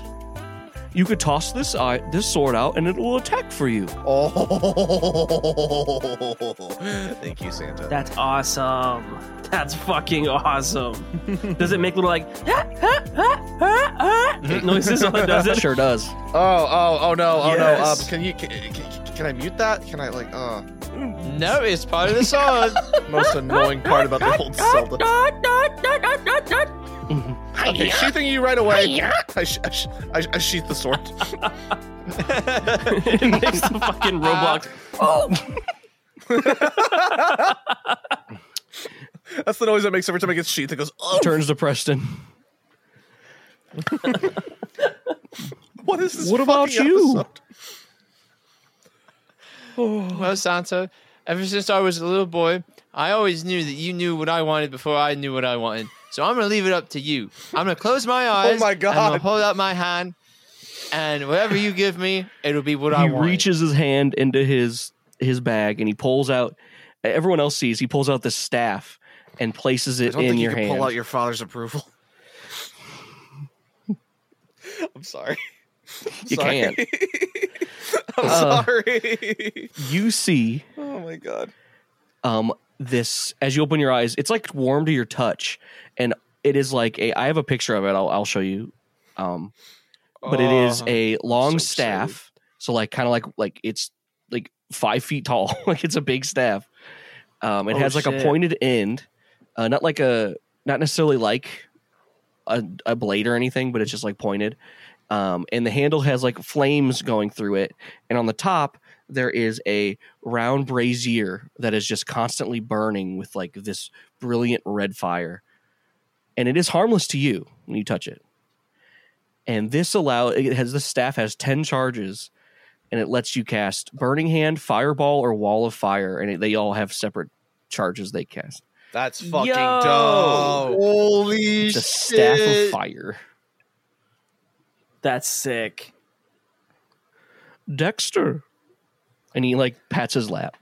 C: You could toss this eye, this sword out, and it will attack for you.
B: Oh, thank you, Santa.
A: That's awesome. That's fucking awesome. Does it make little like noises on it? Does
C: That
A: it?
C: sure does.
B: Oh, oh, oh no, oh no. Um,
A: Yes.
B: can you can, can, can I mute that? Can I like uh
E: No, it's part of the song.
B: most annoying part about the whole Zelda? Okay, sheathing you right away. I, sh- I, sh- I, sh- I sheath the sword.
A: it makes the fucking Roblox.
B: That's the noise that makes every time it gets sheathed. It goes, oh,
C: Turns to Preston.
B: what is this?
C: What about
B: fucking
C: you?
B: episode?
E: well, Sansa, ever since I was a little boy, I always knew that you knew what I wanted before I knew what I wanted. So I'm gonna leave it up to you. I'm gonna close my eyes.
B: Oh my
E: and
B: God.
E: I'm gonna hold out my hand, and whatever you give me, it'll be what I
C: he
E: want.
C: reaches his hand into his his bag and he pulls out. Everyone else sees he pulls out this staff and places
B: I
C: it
B: don't
C: in
B: think
C: your
B: you can
C: hand.
B: pull out your father's approval. I'm sorry.
C: you
B: Sorry.
C: can't.
B: I'm
C: Uh,
B: sorry.
C: You see
B: Oh my god.
C: um this as you open your eyes it's like warm to your touch and it is like a i have a picture of it i'll, I'll show you um but it
A: Oh,
C: is
B: Oh,
C: a long
B: so
C: staff so like kind of like like it's like five feet tall like it's a big staff um it
A: Oh,
C: has like a
A: shit.
C: pointed end uh not like a not necessarily like a, a blade or anything but it's just like pointed um and the handle has like flames going through it and on the top there is a round brazier that is just constantly burning with like this brilliant red fire and it is harmless to you when you touch it and this allow it has this staff has 10 charges and it lets you cast burning hand fireball or wall of fire and it, they all have separate charges they cast
B: That's
A: Yo.
B: fucking dope. Holy
C: it's a staff of fire
A: That's sick.
C: dexter and he like pats his lap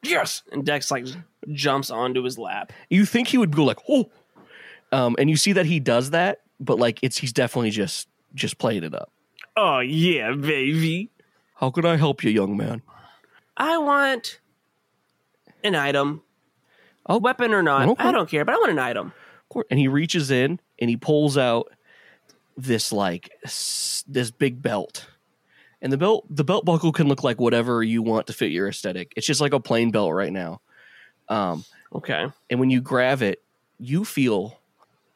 A: Yes. And Dex like jumps onto his lap.
C: you think he would go like oh um, and you see that he does that but like it's he's definitely just just playing it up
A: Oh yeah, baby.
C: how can i help you young man
A: I want an item.
C: Oh.
A: Weapon or not,
C: Okay.
A: I don't care, but I want an item.
C: course. And he reaches in and he pulls out this like s- this big belt. And the belt the belt buckle can look like whatever you want to fit your aesthetic. It's just like a plain belt right now. Um
A: Okay.
C: and when you grab it, you feel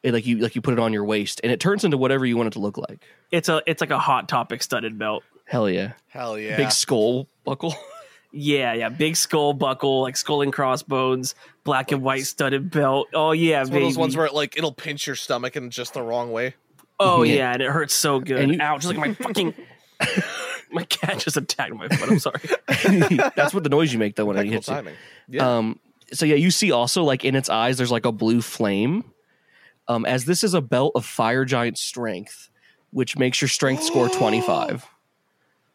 C: it like you like you put it on your waist and it turns into whatever you want it to look like.
A: It's a it's like a hot topic studded belt.
C: Hell yeah.
B: Hell yeah.
C: Big skull buckle.
A: Yeah, yeah. Big skull buckle, like skull and crossbones, black and white studded belt. Oh yeah,
B: it's one
A: baby.
B: of those ones where it, like it'll pinch your stomach in just the wrong way.
A: oh
C: Yeah.
A: yeah. and it hurts so good.
C: And you-
A: Ouch! Look at my fucking. my cat just attacked my foot. I'm sorry.
C: That's what the noise you make though when it
B: Technical
C: hits you.
B: timing. Yeah.
C: Um, so yeah, you see also like in its eyes, there's like a blue flame. Um, as this is a belt of fire giant strength, which makes your strength score 25.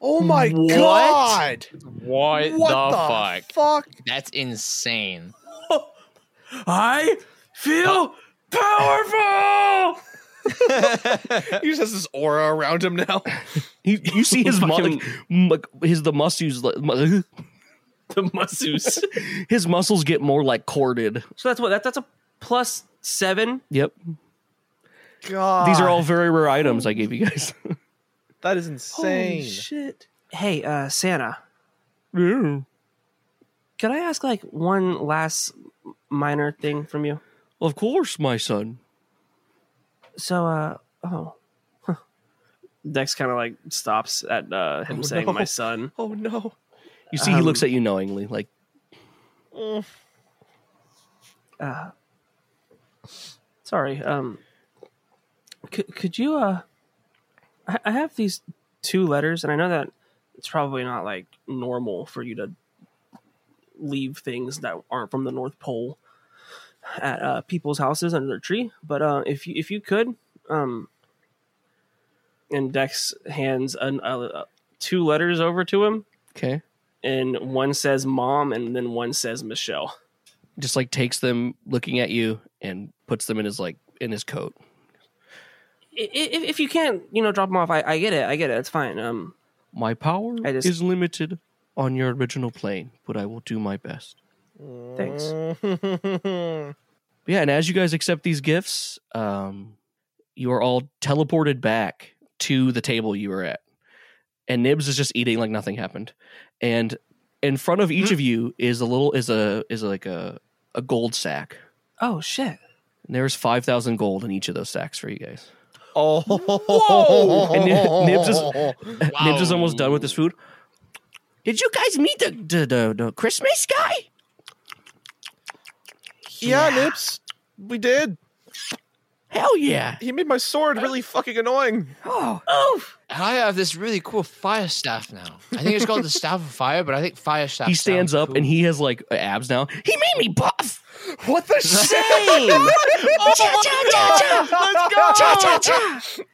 B: oh my
A: what?
B: god.
E: What,
B: What
E: the,
B: the,
E: fuck?
B: fuck?
E: That's insane.
A: I feel powerful.
B: He just has this aura around him now.
C: You, you see his mu-
A: Fucking-
C: like, m- like, his the muscles like, mu-
A: the muscles.
C: his muscles get more like corded.
A: so that's what that, that's a plus seven.
C: Yep. Ah.
B: God.
C: These are all very rare items I gave you guys.
B: that is insane.
A: shit! Hey, uh, Santa,
C: Yeah.
A: could I ask like one last minor thing from you?
C: of course, my son.
A: So, uh, oh. Huh. Dex kind of like stops at uh, him
B: Oh,
A: saying
B: no.
A: my son.
B: Oh no.
C: You see, he
A: Um,
C: looks at you knowingly, like
A: Uh, sorry. Um, could could you uh, I, I have these two letters, and I know that it's probably not like normal for you to leave things that aren't from the North Pole at uh, people's houses under their tree. But uh, if you if you could, um, and Dex hands an, uh, two letters over to him,
C: okay,
A: and one says "mom" and then one says "Michelle."
C: just like takes them looking at you and puts them in his like in his coat.
A: i- if, if you can, you know, drop them off. I, I get it. I get it. It's fine. Um,
C: My power
A: I just-
C: is limited on your original plane, but I will do my best.
A: thanks.
C: But yeah, and as you guys accept these gifts, um, you are all teleported back to the table you were at. And Nibs is just eating like nothing happened. And in front of
A: Hmm.
C: each of you is a little is a is like a a gold sack.
A: Oh shit.
C: And there's five thousand gold in each of those sacks for you guys.
D: Oh,
C: And Nib- Nibs is Nibs is almost
E: Wow.
C: done with his food. Did you guys meet the the, the, the Christmas guy?
D: yeah, Nibs, we did.
C: Hell yeah!
D: He made my sword really fucking annoying.
A: Oh.
E: And I have this really cool fire staff now. I think it's called the staff of fire, but I think fire staff.
C: he stands
E: sounds
C: up and he has like abs now. He made me buff. Oh
D: What the shit?
A: Same.
B: Oh
D: Let's go!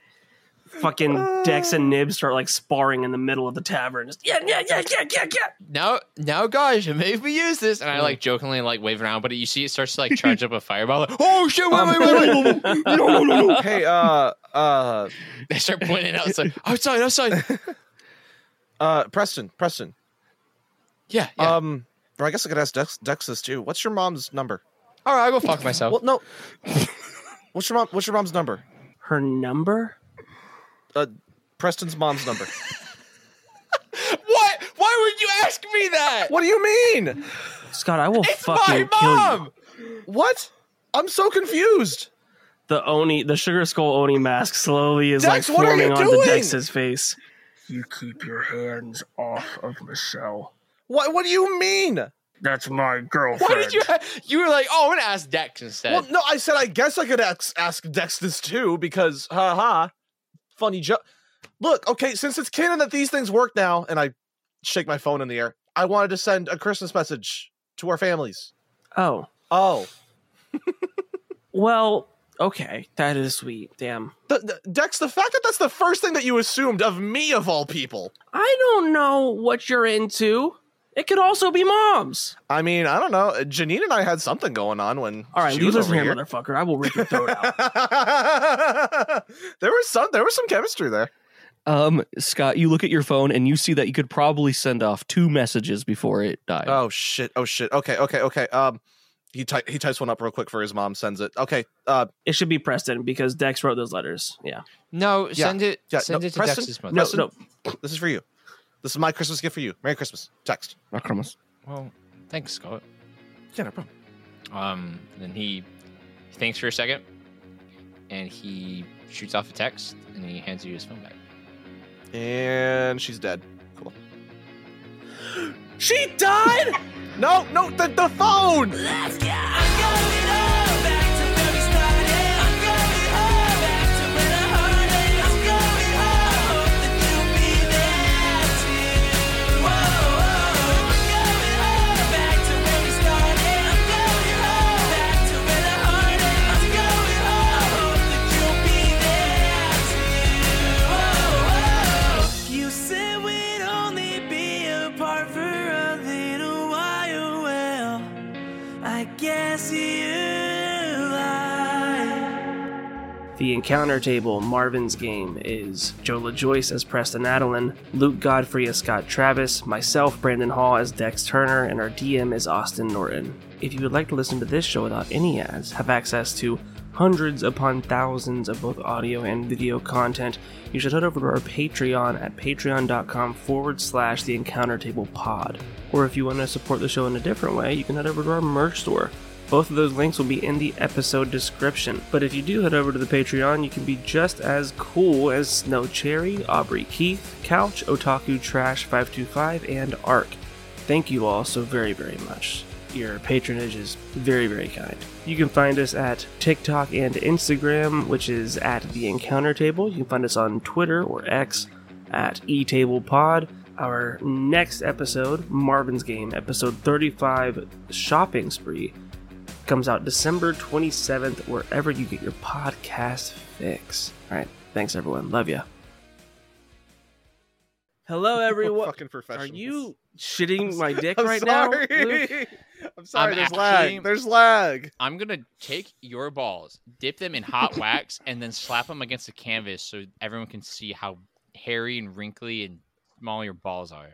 A: Fucking Dex and Nibs start like sparring in the middle of the tavern. Just, yeah, yeah, yeah, yeah, yeah, yeah.
E: cool. now. Now, guys, maybe we use this. And I like jokingly like wave around, but you see it starts to like charge up a fireball. Like, oh shit! Wait, wait, wait, wait.
D: hey, uh, uh,
E: They start pointing out. It's like outside, outside.
D: uh, Preston, Preston.
E: Yeah, yeah.
D: Um, or I guess I could ask Dex, Dex this too. What's your mom's number?
E: All right, I'll go fuck myself.
D: Well, no. what's your mom? What's your mom's number?
A: Her number?
D: Uh, Preston's mom's number.
E: What? Why would you ask me that?
D: what do you mean?
A: Scott, I will
E: It's
A: fucking
E: my
A: kill you.
E: mom.
D: What? I'm so confused.
A: the Oni, the Sugar Skull Oni mask slowly is
D: Dex,
A: like
D: what are
A: forming
D: you
A: onto
D: doing?
A: Dex's face.
J: You keep your hands off of Michelle.
D: What? What do you mean?
J: That's my girlfriend.
E: Why did you? You were like, oh, I'm gonna ask Dex instead.
D: Well, no, I said I guess I could ask, ask Dex this too because, haha, funny joke. Look, okay, since it's canon that these things work now, and I shake my phone in the air. I wanted to send a Christmas message to our families.
A: Oh,
D: Oh,
A: well, okay, that is sweet. Damn,
D: the, the, Dex, the fact that that's the first thing that you assumed of me of all people.
A: I don't know what you're into. It could also be moms.
D: I mean, I don't know. Janine and I had something going on when
A: All right,
D: she
A: you
D: was
A: listen
D: over
A: here,
D: here.
A: motherfucker. I will rip your throat out.
D: there was some. There was some chemistry there.
C: Um, Scott, you look at your phone and you see that you could probably send off two messages before it died.
E: Uh,
D: Oh shit! Oh shit! Okay, okay, okay. Um, he ty- he types one up real quick for his mom. Sends it. Okay. Uh,
A: It should be Preston because Dex wrote those letters. Yeah.
E: No,
D: Yeah,
E: send it.
D: yeah,
E: send
D: no,
E: it to
D: Preston,
E: Dex's mother.
A: No,
D: Preston?
A: no.
D: this is for you. This is my Christmas gift for you. Merry Christmas. Text.
C: I promise.
E: Well, thanks, Scott.
D: Yeah, no problem.
E: Um, then he thinks for a second, and he shoots off a text, and he hands you his phone back.
D: And she's dead. Cool.
A: She died.
D: No, no, the, the phone.
A: You said we'd only be apart for a little while. Well, I guess you The encounter table, Marvin's game, is Jola Joyce as Preston Adelin, Luke Godfrey as Scott Travis, myself, Brandon Hall, as Dex Turner, and our DM is Austin Norton. If you would like to listen to this show without any ads, have access to hundreds upon thousands of both audio and video content, you should head over to our Patreon at patreon.com forward slash the encounter table pod. Or if you want to support the show in a different way, you can head over to our merch store. Both of those links will be in the episode description. But if you do head over to the Patreon, you can be just as cool as Snow Cherry, Aubrey Keith, Couch, Otaku Trash 525, and Ark. Thank you all so very, very much. Your patronage is very, very kind. You can find us at TikTok and Instagram, which is at The Encounter Table. You can find us on Twitter or X at eTablePod. Our next episode, Marvin's Game, episode 35, Shopping Spree, comes out December 27th, wherever you get your podcast fix. All right. Thanks, everyone. Love ya. Hello, everyone.
B: fucking
A: Are
B: professionals.
A: you shitting my dick
B: I'm
A: right
B: sorry.
A: now? Luke?
B: I'm sorry.
E: I'm
B: there's
E: actually-
B: lag. There's lag.
E: I'm gonna take your balls, dip them in hot wax, and then slap them against the canvas so everyone can see how hairy and wrinkly and small your balls are.